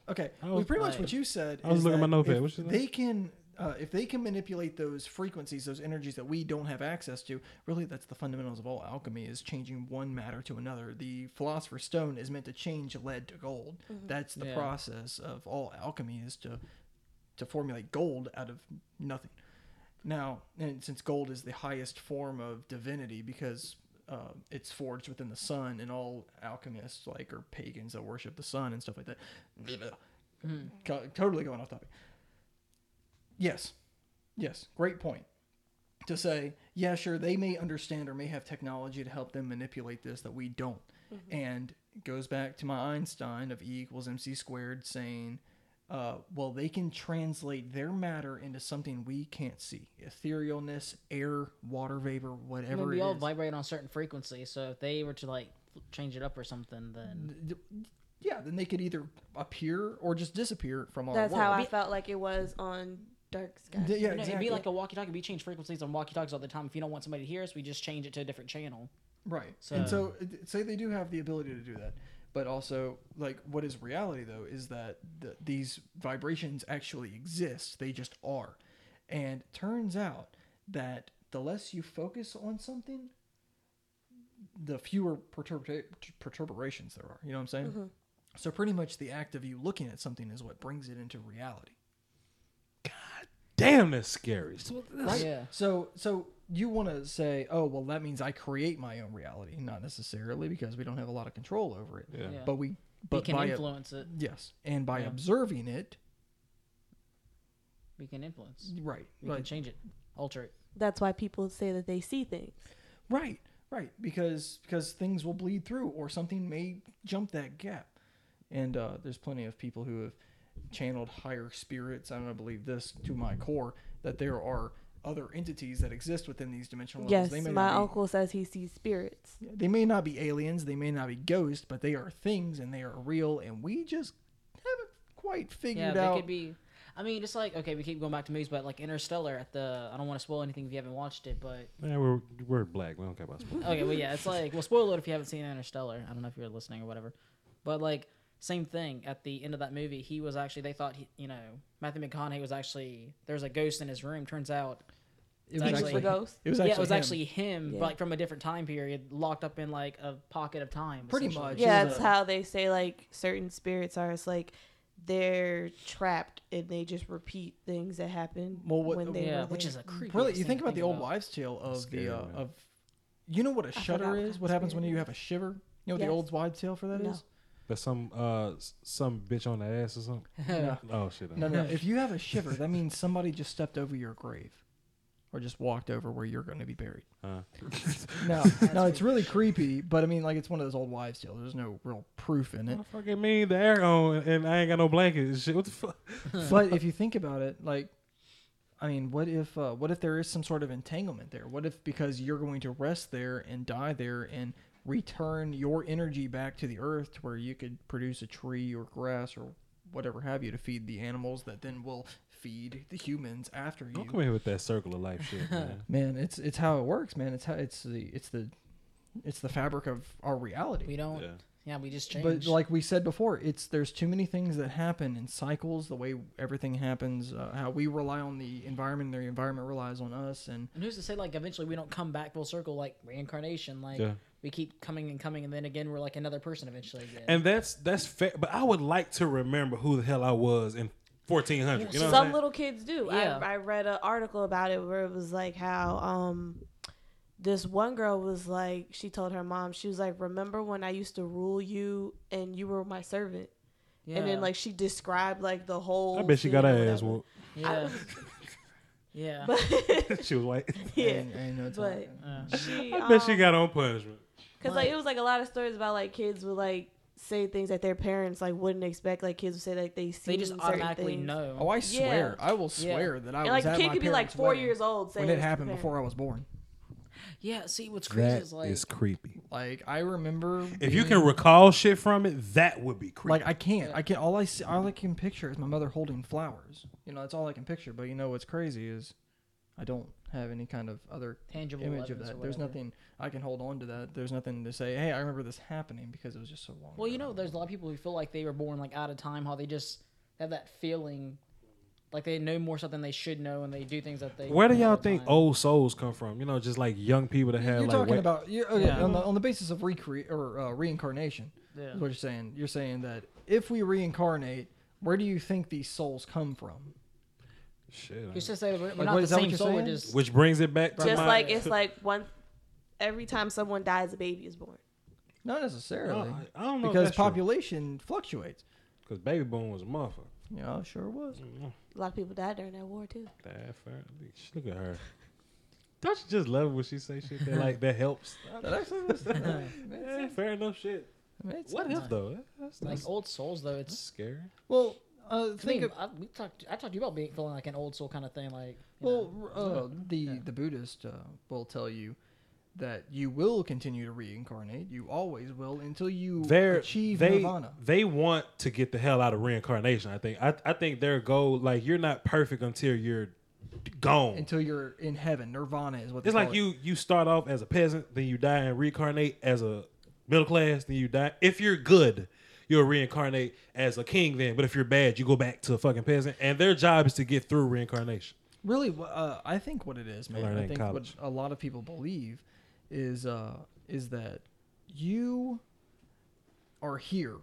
Speaker 5: Okay,
Speaker 2: I
Speaker 5: well,
Speaker 2: was-
Speaker 5: pretty much
Speaker 3: Like-
Speaker 5: what you said.
Speaker 2: I was
Speaker 5: is
Speaker 2: looking at my
Speaker 5: that
Speaker 2: notepad.
Speaker 5: if
Speaker 2: What you said?
Speaker 5: They can uh, if they can manipulate those frequencies, those energies that we don't have access to, really that's the fundamentals of all alchemy is changing one matter to another. The philosopher's stone is meant to change lead to gold. That's the
Speaker 3: Yeah.
Speaker 5: process of all alchemy is to to formulate gold out of nothing. Now, and since gold is the highest form of divinity because uh, it's forged within the sun, and all alchemists, like, or pagans that worship the sun and stuff like that. uh,
Speaker 3: Hmm.
Speaker 5: Co- totally going off topic. Yes. Yes. Great point. To say, yeah, sure, they may understand or may have technology to help them manipulate this that we don't.
Speaker 3: Mm-hmm.
Speaker 5: And it goes back to my Einstein of E equals MC squared saying, uh, well, they can translate their matter into something we can't see etherealness, air, water vapor,
Speaker 3: I mean,
Speaker 5: whatever
Speaker 3: we
Speaker 5: it
Speaker 3: all
Speaker 5: is.
Speaker 3: vibrate on certain frequencies, so if they were to like change it up or something, then
Speaker 5: yeah, then they could either appear or just disappear from our
Speaker 6: That's
Speaker 5: world.
Speaker 6: how I felt like it was on Dark Sky.
Speaker 5: D- yeah,
Speaker 3: No,
Speaker 5: exactly.
Speaker 3: it'd be like a walkie-talkie. We change frequencies on walkie-talkies all the time. If you don't want somebody to hear us, we just change it to a different channel.
Speaker 5: Right.
Speaker 3: So-
Speaker 5: and so, uh, say they do have the ability to do that, but also, like, what is reality though is that th- these vibrations actually exist. They just are, and turns out that the less you focus on something, the fewer perturba- perturbations there are. You know what I'm saying? So pretty much, the act of you looking at something is what brings it into reality.
Speaker 2: Damn, that's scary. So
Speaker 5: right?
Speaker 3: Yeah.
Speaker 5: So so you want to say, oh well, that means I create my own reality, not necessarily because we don't have a lot of control over it.
Speaker 2: Yeah.
Speaker 3: Yeah.
Speaker 5: But we
Speaker 3: We
Speaker 5: but
Speaker 3: can
Speaker 5: by
Speaker 3: influence it.
Speaker 5: yes, and by observing it,
Speaker 3: We can influence.
Speaker 5: right,
Speaker 3: We can
Speaker 5: right,
Speaker 3: change it, alter it.
Speaker 6: That's why people say that they see things.
Speaker 5: right, right, because because things will bleed through or something may jump that gap, and uh, there's plenty of people who have channeled higher spirits. I don't believe this to my core that there are other entities that exist within these dimensional levels.
Speaker 6: Yes,
Speaker 5: they may
Speaker 6: my
Speaker 5: not be-
Speaker 6: uncle says he sees spirits.
Speaker 5: They may not be aliens, they may not be ghosts, but they are things and they are real, and we just haven't quite
Speaker 3: Yeah,
Speaker 5: figured
Speaker 3: they
Speaker 5: out.
Speaker 3: could be. I mean, it's like okay, we keep going back to movies, but like Interstellar at the. I don't want to spoil anything if you haven't watched it, but
Speaker 2: Man, we're we're black. We don't care about sports.
Speaker 3: okay, well, yeah, it's like, well, spoiler alert if you haven't seen Interstellar. I don't know if you're listening or whatever, but like, same thing. At the end of that movie, he was actually they thought he, you know, Matthew McConaughey was actually there's a ghost in his room. Turns out,
Speaker 5: it
Speaker 3: was
Speaker 6: He's
Speaker 3: actually-
Speaker 6: the ghost.
Speaker 5: it was
Speaker 3: yeah, it was
Speaker 5: him.
Speaker 3: actually him,
Speaker 6: Yeah.
Speaker 3: but like from a different time period, locked up in like a pocket of time.
Speaker 5: Pretty
Speaker 3: essentially.
Speaker 5: much.
Speaker 6: Yeah,
Speaker 5: is
Speaker 6: it's
Speaker 5: a-
Speaker 6: how they say like certain spirits are. It's like they're trapped and they just repeat things that happened
Speaker 5: Well, what-
Speaker 6: when they
Speaker 3: Yeah,
Speaker 6: were
Speaker 3: which
Speaker 6: there. Mm.
Speaker 3: is a creepy.
Speaker 5: Really, you think about the old wives' tale of
Speaker 2: Scary,
Speaker 5: the uh,
Speaker 2: man.
Speaker 5: of, you know what a
Speaker 6: forgot
Speaker 5: shudder
Speaker 6: what
Speaker 5: is?
Speaker 6: kind
Speaker 5: What
Speaker 6: of
Speaker 5: happens when
Speaker 6: spirit
Speaker 5: you
Speaker 6: it
Speaker 5: have a shiver? You know what the
Speaker 6: Yes.
Speaker 5: old wives' tale for that is?
Speaker 6: No.
Speaker 2: That's some uh s- some bitch on the ass or something.
Speaker 5: No.
Speaker 2: Oh shit.
Speaker 5: No, no. if you have a shiver, that means somebody just stepped over your grave, or just walked over where you're going to be buried.
Speaker 2: Uh,
Speaker 5: No, no, it's really creepy. But I mean, like, it's one of those old wives' tales. There's no real proof in it.
Speaker 2: I fucking mean the air on and I ain't got no blanket and shit. What the fuck?
Speaker 5: but if you think about it, like, I mean, what if uh, what if there is some sort of entanglement there? What if because you're going to rest there and die there and return your energy back to the earth to where you could produce a tree or grass or whatever have you to feed the animals that then will feed the humans after
Speaker 2: Don't
Speaker 5: you?
Speaker 2: come in here with that circle of life shit, man.
Speaker 5: Man, it's it's how it works, man. It's how it's the it's the it's the fabric of our reality.
Speaker 3: We don't. Yeah,
Speaker 2: Yeah.
Speaker 3: we just change.
Speaker 5: But like we said before, it's there's too many things that happen in cycles. The way everything happens, uh, how we rely on the environment, the environment relies on us, and
Speaker 3: and who's to say like eventually we don't come back full circle like reincarnation? Like
Speaker 2: Yeah.
Speaker 3: we keep coming and coming, and then again we're like another person eventually again.
Speaker 2: And that's that's fair. But I would like to remember who the hell I was in 1400. You know what I'm
Speaker 6: Some
Speaker 2: saying?
Speaker 6: little kids do.
Speaker 3: Yeah.
Speaker 6: I, I read an article about it where it was like how um this one girl was like she told her mom she was like remember when I used to rule you and you were my servant
Speaker 3: yeah.
Speaker 6: and then like she described like the whole.
Speaker 2: I bet she
Speaker 6: scene
Speaker 2: got
Speaker 6: or
Speaker 2: her ass
Speaker 6: whatever.
Speaker 2: whooped.
Speaker 3: yeah, yeah. Uh,
Speaker 2: she was white.
Speaker 6: Yeah,
Speaker 5: and, and it's all-
Speaker 6: but she.
Speaker 2: I bet she
Speaker 6: um,
Speaker 2: got on punishment.
Speaker 6: Cause like it was like a lot of stories about like kids would like say things that their parents like wouldn't expect. Like kids would say like they see
Speaker 3: they just automatically
Speaker 6: things.
Speaker 3: know.
Speaker 5: oh, I swear, I will swear that I
Speaker 6: And
Speaker 5: was
Speaker 6: like the
Speaker 5: at
Speaker 6: kid
Speaker 5: my
Speaker 6: could be like
Speaker 5: parents'
Speaker 6: four
Speaker 5: wedding
Speaker 6: years old saying
Speaker 5: when it
Speaker 6: this to
Speaker 5: happened
Speaker 6: parents.
Speaker 5: before I was born.
Speaker 3: yeah. See, what's crazy
Speaker 2: That
Speaker 3: is like
Speaker 2: is creepy.
Speaker 5: Like I remember,
Speaker 2: If you
Speaker 5: being-
Speaker 2: can recall shit from it, that would be creepy.
Speaker 5: Like I can't. I can't. All I see, all I can picture is my mother holding flowers. You know, that's all I can picture. But you know what's crazy is, I don't have any kind of other
Speaker 3: Tangible
Speaker 5: image of
Speaker 3: evidence or
Speaker 5: that. There's
Speaker 3: whatever.
Speaker 5: nothing I can hold on to that. There's nothing to say. Hey, I remember this happening because it was just so long.
Speaker 3: Well, you
Speaker 5: ago."
Speaker 3: know, there's a lot of people who feel like they were born like out of time, how they just have that feeling Like they know more stuff than they should know, and they do things that they.
Speaker 2: Where do
Speaker 3: do
Speaker 2: y'all
Speaker 3: all the
Speaker 2: think
Speaker 3: time.
Speaker 2: old souls come from? You know, just like young people that have
Speaker 5: You're
Speaker 2: like
Speaker 5: talking
Speaker 2: way-
Speaker 5: about you're, okay,
Speaker 3: Yeah.
Speaker 5: on, the, on the basis of recre- or uh, reincarnation.
Speaker 3: Yeah.
Speaker 5: Is what you're saying. You're saying that if we reincarnate, where do you think these souls come from?
Speaker 2: shit.
Speaker 3: Who's to say that we're, we're
Speaker 5: Like,
Speaker 3: not
Speaker 5: what
Speaker 3: the
Speaker 5: is that what
Speaker 3: same
Speaker 5: you're
Speaker 3: soul? We're
Speaker 5: saying?
Speaker 3: just
Speaker 2: Which brings it back to
Speaker 6: Just
Speaker 2: my-
Speaker 6: like it's like one every time someone dies, a baby is born.
Speaker 5: Not
Speaker 2: Uh, I
Speaker 5: necessarily,
Speaker 2: don't- I don't know
Speaker 5: because population fluctuates.
Speaker 2: because baby boom was a motherfucker.
Speaker 5: Yeah, it sure was.
Speaker 2: Mm.
Speaker 6: A lot of people died during that war too.
Speaker 2: That fair. Look at her. Don't you just love it when she say shit that like that helps?
Speaker 5: That actually was.
Speaker 2: Yeah, fair enough. Shit.
Speaker 5: It's-
Speaker 2: What if though? That's not
Speaker 3: like old souls, though.
Speaker 2: that's
Speaker 3: It's
Speaker 2: scary.
Speaker 5: Well, uh,
Speaker 3: I mean,
Speaker 5: think of
Speaker 3: I, we talked. I talked to you about being feeling like an old soul kind of thing. Like, you
Speaker 5: well,
Speaker 3: know,
Speaker 5: r- uh, the the Buddhist uh, will tell you that you will continue to reincarnate. You always will until you
Speaker 2: They're,
Speaker 5: achieve
Speaker 2: they
Speaker 5: nirvana.
Speaker 2: they want to get the hell out of reincarnation. I think. I I think their goal like you're not perfect until you're gone.
Speaker 5: Until you're in heaven, nirvana is what. They
Speaker 2: It's like
Speaker 5: call it.
Speaker 2: you you start off as a peasant, then you die and reincarnate as a middle class, then you die. If you're good, you'll reincarnate as a king then. But if you're bad, you go back to a fucking peasant. And their job is to get through reincarnation.
Speaker 5: Really, wh- uh, I think what it is, man.
Speaker 2: learned that
Speaker 5: I
Speaker 2: in
Speaker 5: think what
Speaker 2: college.
Speaker 5: a lot of people believe is uh, is that you are here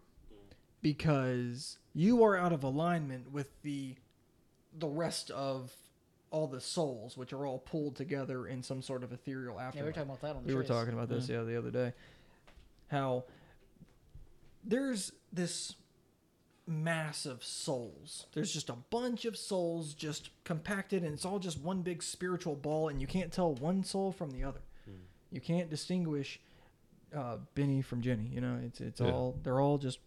Speaker 5: because you are out of alignment with the the rest of all the souls, which are all pulled together in some sort of ethereal
Speaker 3: yeah, we were
Speaker 5: afterlife.
Speaker 3: talking about that on the
Speaker 5: we were
Speaker 3: trees.
Speaker 5: talking about this yeah the other day how there's this mass of souls there's just a bunch of souls just compacted and it's all just one big spiritual ball and you can't tell one soul from the other you can't distinguish uh, benny from jenny you know it's it's
Speaker 2: Yeah.
Speaker 5: all they're all just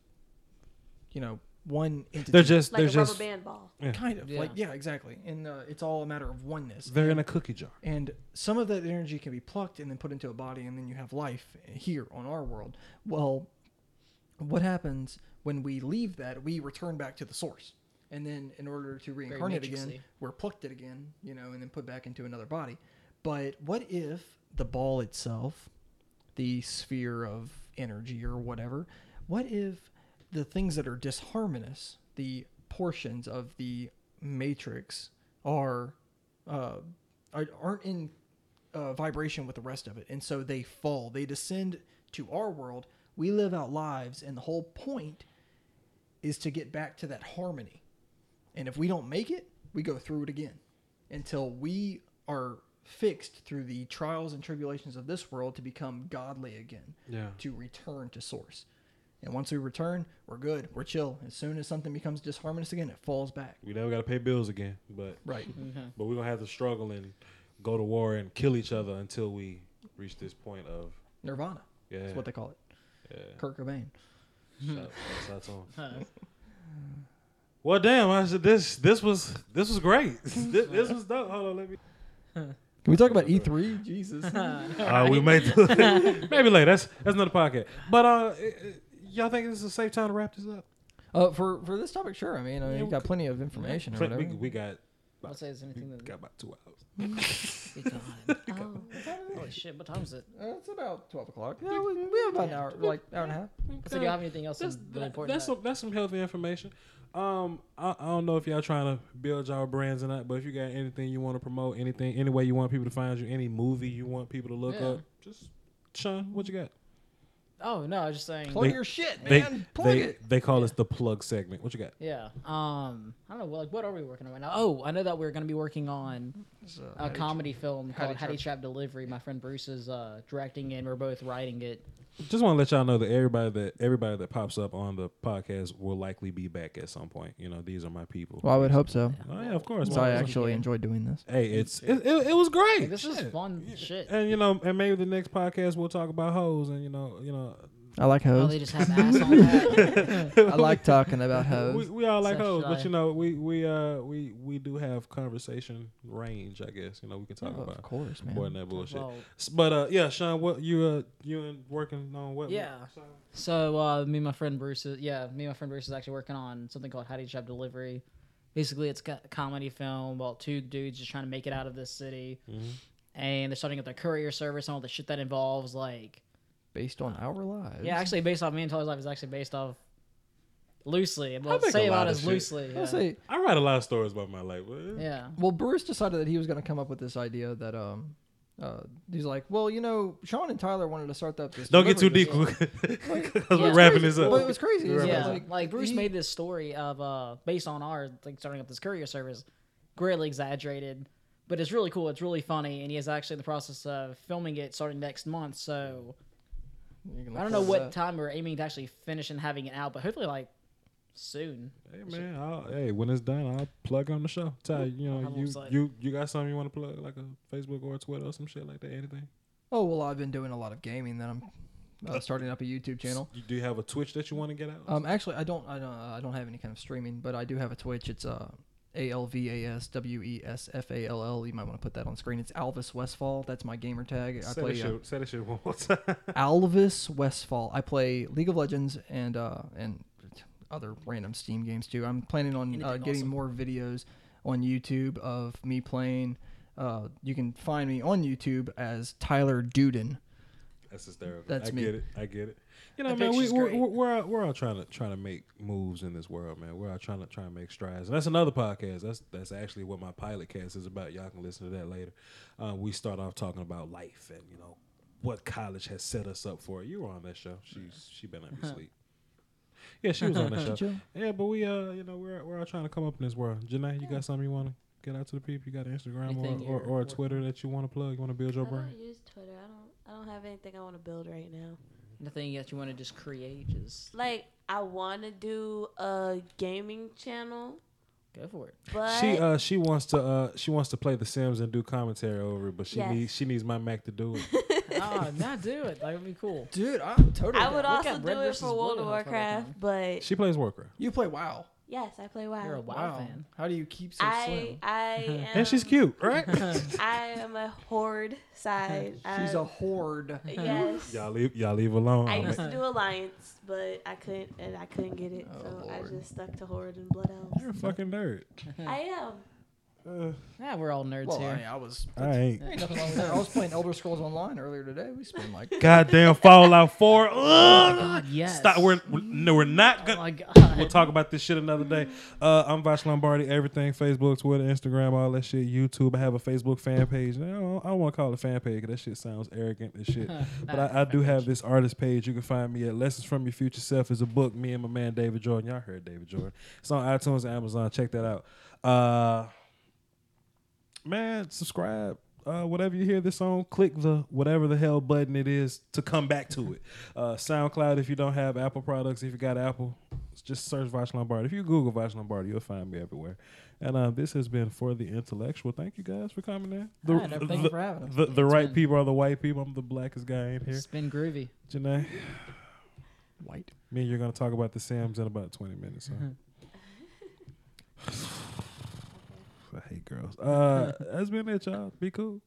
Speaker 5: you know one entity
Speaker 2: They're just
Speaker 6: Like
Speaker 2: they're
Speaker 6: a
Speaker 2: just
Speaker 6: rubber band ball.
Speaker 5: kind of
Speaker 3: Yeah.
Speaker 5: like yeah exactly and uh, it's all a matter of oneness
Speaker 2: they're in a cookie jar.
Speaker 5: and some of that energy can be plucked and then put into a body, and then you have life here on our world. Well, what happens when we leave that? We return back to the source. And then, in order to reincarnate again,
Speaker 3: matrixy.
Speaker 5: we're plucked it again, you know, and then put back into another body. But what if the ball itself, the sphere of energy or whatever, what if the things that are disharmonious, the portions of the matrix, are uh, are- aren't in uh, vibration with the rest of it, and so they fall. They descend to our world. We live out lives, and the whole point is to get back to that harmony. And if we don't make it, we go through it again until we are fixed through the trials and tribulations of this world to become godly again,
Speaker 2: Yeah.
Speaker 5: to return to source. And once we return, we're good, we're chill. As soon as something becomes disharmonious again, it falls back.
Speaker 2: We never gotta pay bills again. But
Speaker 5: Right.
Speaker 6: Mm-hmm.
Speaker 2: but we're gonna have to struggle and go to war and kill each other until we reach this point of
Speaker 5: Nirvana.
Speaker 2: yeah.
Speaker 5: That's what they call it.
Speaker 2: yeah.
Speaker 5: Kurt Cobain.
Speaker 2: Shout- shout out to 'em. Well, damn! I said this. This was this was great. this, this was dope. Hold on, let me.
Speaker 5: Can we talk about E E3? Jesus.
Speaker 2: Uh, we may do maybe later. That's that's another podcast. But uh, eh, eh, y'all think this is a safe time to wrap this up?
Speaker 5: Uh, for for this topic, sure. I mean, I mean,
Speaker 2: Yeah,
Speaker 5: you
Speaker 2: we
Speaker 5: got plenty of information or whatever.
Speaker 2: We, we got
Speaker 3: I'll say it's anything that.
Speaker 2: got about two hours.
Speaker 4: Oh.
Speaker 3: Holy shit! What time is it?
Speaker 5: Uh, it's about twelve o'clock. Yeah, we, we have about an hour, like hour and a half.
Speaker 3: So do you have anything else that's,
Speaker 2: Uh, That's
Speaker 3: really important?
Speaker 2: that's
Speaker 3: that-
Speaker 2: some that's some healthy information. Um, I, I don't know if y'all trying to build y'all brands or not, but if you got anything you want to promote, anything, any way you want people to find you, any movie you want people to look
Speaker 3: Yeah.
Speaker 2: up, just Sean, what you got?
Speaker 3: oh no, I was just saying.
Speaker 5: Plug
Speaker 2: They-
Speaker 5: your shit,
Speaker 2: They
Speaker 5: man. Plug
Speaker 2: they
Speaker 5: it.
Speaker 2: they call us the plug segment. What you got?
Speaker 3: Yeah. Um. I don't know. Well, like, what are we working on right now? Oh, I know that we're going to be working on a comedy film
Speaker 5: Hattie
Speaker 3: called Hattie
Speaker 5: Trap.
Speaker 3: Trap Delivery. My friend Bruce is uh, directing it. and We're both writing it.
Speaker 2: Just want to let y'all know that everybody that everybody that pops up on the podcast will likely be back at some point. You know, these are my people.
Speaker 5: Well, I would hope so.
Speaker 2: Oh yeah, of course.
Speaker 5: So I
Speaker 2: man.
Speaker 5: actually enjoyed doing this.
Speaker 2: hey, it's it, it, it was great.
Speaker 3: Like, this is
Speaker 2: Shit.
Speaker 3: fun shit.
Speaker 2: And you know, and maybe the next podcast we'll talk about hoes, and you know, you know,
Speaker 5: I like
Speaker 3: Oh,
Speaker 5: hoes.
Speaker 3: they just have ass on that.
Speaker 5: I like talking about
Speaker 2: we,
Speaker 5: hoes.
Speaker 2: we all like
Speaker 3: Such
Speaker 2: hoes,
Speaker 3: shy.
Speaker 2: but you know, we we uh we we do have conversation range, I guess. You know, we can talk
Speaker 5: Oh, of
Speaker 2: about
Speaker 5: course,
Speaker 2: more than
Speaker 5: man.
Speaker 2: that bullshit.
Speaker 3: Well,
Speaker 2: S- But uh, yeah, Sean, what you uh you and working on what?
Speaker 3: Yeah.
Speaker 2: Sean?
Speaker 3: So uh, me and my friend Bruce, is, yeah, me and my friend Bruce is actually working on something called How to Job Delivery. Basically, it's a comedy film about two dudes just trying to make it out of this city,
Speaker 2: Mm-hmm.
Speaker 3: and they're starting up their courier service and all the shit that involves. Like,
Speaker 5: Based on our lives.
Speaker 3: yeah, actually, based off me and Tyler's life is actually based off loosely.
Speaker 2: I
Speaker 3: Well,
Speaker 2: make
Speaker 3: say
Speaker 2: a lot
Speaker 3: about
Speaker 2: of
Speaker 3: as
Speaker 2: shit.
Speaker 3: loosely. Yeah.
Speaker 5: I'll say,
Speaker 2: I write a lot of stories about my life. but- uh,
Speaker 3: yeah.
Speaker 5: well, Bruce decided that he was going to come up with this idea that um, uh, he's like, well, you know, Sean and Tyler wanted to start up this.
Speaker 2: Don't get too
Speaker 5: delivery
Speaker 2: deep
Speaker 5: business."
Speaker 2: because
Speaker 3: Yeah.
Speaker 2: we're wrapping this
Speaker 5: Well, it
Speaker 2: up.
Speaker 5: was crazy. It's
Speaker 3: Yeah,
Speaker 5: like,
Speaker 3: like, Bruce
Speaker 5: he-
Speaker 3: made this story of uh based on our like starting up this courier service, greatly exaggerated, but it's really cool. It's really funny, and he is actually in the process of filming it starting next month. So
Speaker 5: You can
Speaker 3: I don't
Speaker 5: look
Speaker 3: know
Speaker 5: forward to
Speaker 3: what
Speaker 5: that.
Speaker 3: time we're aiming to actually finish and having it out, but hopefully like soon.
Speaker 2: Hey man, I'll, hey, when it's done, I'll plug on the show. Ty, you know,
Speaker 3: I'm
Speaker 2: you
Speaker 3: excited.
Speaker 2: you you got something you want to plug, like a Facebook or a Twitter or some shit like that. Anything?
Speaker 5: Oh well, I've been doing a lot of gaming. That I'm uh, starting up a YouTube channel.
Speaker 2: You, do you have a Twitch that you want to get out?
Speaker 5: Um, actually, I don't, I don't, uh, I don't have any kind of streaming, but I do have a Twitch. It's uh, A L V A S W E S F A L L. You might want to put that on screen. It's Alvis Westfall. That's my gamer tag. I
Speaker 2: say,
Speaker 5: play
Speaker 2: that
Speaker 5: uh,
Speaker 2: shit, say that shit one more time.
Speaker 5: Alvis Westfall. I play League of Legends and uh, and other random Steam games too. I'm planning on uh,
Speaker 3: Anything
Speaker 5: getting
Speaker 3: awesome.
Speaker 5: more videos on YouTube of me playing. Uh, you can find me on YouTube as Tyler Duden.
Speaker 2: That's hysterical.
Speaker 5: That's
Speaker 2: I
Speaker 5: me.
Speaker 2: get it. I get it. You know,
Speaker 3: The
Speaker 2: man, we,
Speaker 3: picture's
Speaker 2: we're,
Speaker 3: great.
Speaker 2: we're, we're, all, we're all trying to trying to make moves in this world, man. We're all trying to trying to make strides, and that's another podcast. That's that's actually what my pilot cast is about. Y'all can listen to that later. Uh, we start off talking about life and you know what college has set us up for. You were on that show. She's she been let me sleep. Yeah, she was on that show.
Speaker 5: you?
Speaker 2: Yeah, but we uh, you know, we're we're all trying to come up in this world. Janae, you got something you want to get out to the people? You got an Instagram
Speaker 3: Anything
Speaker 2: or, or,
Speaker 3: you're
Speaker 2: or a
Speaker 3: working
Speaker 2: Twitter that you want to plug? You want to build your
Speaker 6: I
Speaker 2: brand?
Speaker 6: don't use Twitter. I don't. I don't have anything I want to build right now.
Speaker 3: Nothing that you want to just create, just
Speaker 6: Like I want to do a gaming channel,
Speaker 3: go for it.
Speaker 6: but
Speaker 2: She uh she wants to uh she wants to play The Sims and do commentary over it, but she
Speaker 6: Yes.
Speaker 2: needs she needs my Mac to do it.
Speaker 3: oh, nah, do it. That would be cool.
Speaker 5: Dude, I'm totally.
Speaker 6: I would
Speaker 5: down.
Speaker 3: look
Speaker 6: also
Speaker 3: at
Speaker 6: do
Speaker 3: Red
Speaker 6: it
Speaker 3: versus
Speaker 6: for World of
Speaker 3: Wild Hunt all the
Speaker 6: Warcraft.
Speaker 3: time.
Speaker 6: But
Speaker 2: she plays Warcraft,
Speaker 5: You play WoW.
Speaker 6: yes, I play WoW.
Speaker 3: You're a WoW fan.
Speaker 5: How do you keep so
Speaker 6: I
Speaker 5: slim?
Speaker 6: I am.
Speaker 2: and she's cute, right?
Speaker 6: I am a horde side.
Speaker 5: She's
Speaker 6: I-
Speaker 5: a horde.
Speaker 6: Yes.
Speaker 2: y'all leave y'all leave alone.
Speaker 6: I
Speaker 2: I
Speaker 6: used
Speaker 2: mean,
Speaker 6: to do Alliance, but I couldn't, and I couldn't get it,
Speaker 5: Oh,
Speaker 6: so
Speaker 5: Lord.
Speaker 6: I just stuck to Horde and Blood Elves.
Speaker 2: you're a fucking nerd.
Speaker 6: I um, am.
Speaker 2: Uh,
Speaker 3: Yeah, we're all nerds
Speaker 5: Well,
Speaker 3: here.
Speaker 5: I, I was.
Speaker 2: I ain't.
Speaker 5: Ain't nothing wrong with that. I was playing Elder Scrolls Online earlier today. We spent like.
Speaker 2: Goddamn Fallout Four. Ugh.
Speaker 3: God, yes.
Speaker 2: Stop. We're we're- no, we're not
Speaker 3: Oh
Speaker 2: gonna.
Speaker 3: my god.
Speaker 2: We'll talk about this shit another day. Uh, I'm Vash Lombardi. Everything Facebook, Twitter, Instagram, all that shit. YouTube. I have a Facebook fan page. I don't, I don't want to call it a fan page because that shit sounds arrogant as shit. but I, I do have this artist page. You can find me at Lessons from Your Future Self is a book. Me and my man David Jordan. Y'all heard David Jordan. It's on iTunes and Amazon. Check that out. Uh, man, subscribe. Uh, whatever you hear this on, click the whatever the hell button it is to come back to it. Uh, SoundCloud, if you don't have Apple products, if you got Apple, just search Vash Lombardi. If you Google Vash Lombardi, you'll find me everywhere. And uh, this has been For the Intellectual. Thank you guys for coming in. The,
Speaker 3: All right, no, thank you
Speaker 2: the-
Speaker 5: for having us.
Speaker 2: the, the
Speaker 3: It's
Speaker 2: right
Speaker 3: been-
Speaker 2: people are the white people. I'm the blackest guy in here.
Speaker 3: It's been groovy.
Speaker 2: Janae,
Speaker 5: White.
Speaker 2: me and you're going to talk about the Sims in about 20 minutes. Huh?
Speaker 3: Mm-hmm.
Speaker 2: I hate girls. Uh, that's been it, y'all. Be cool.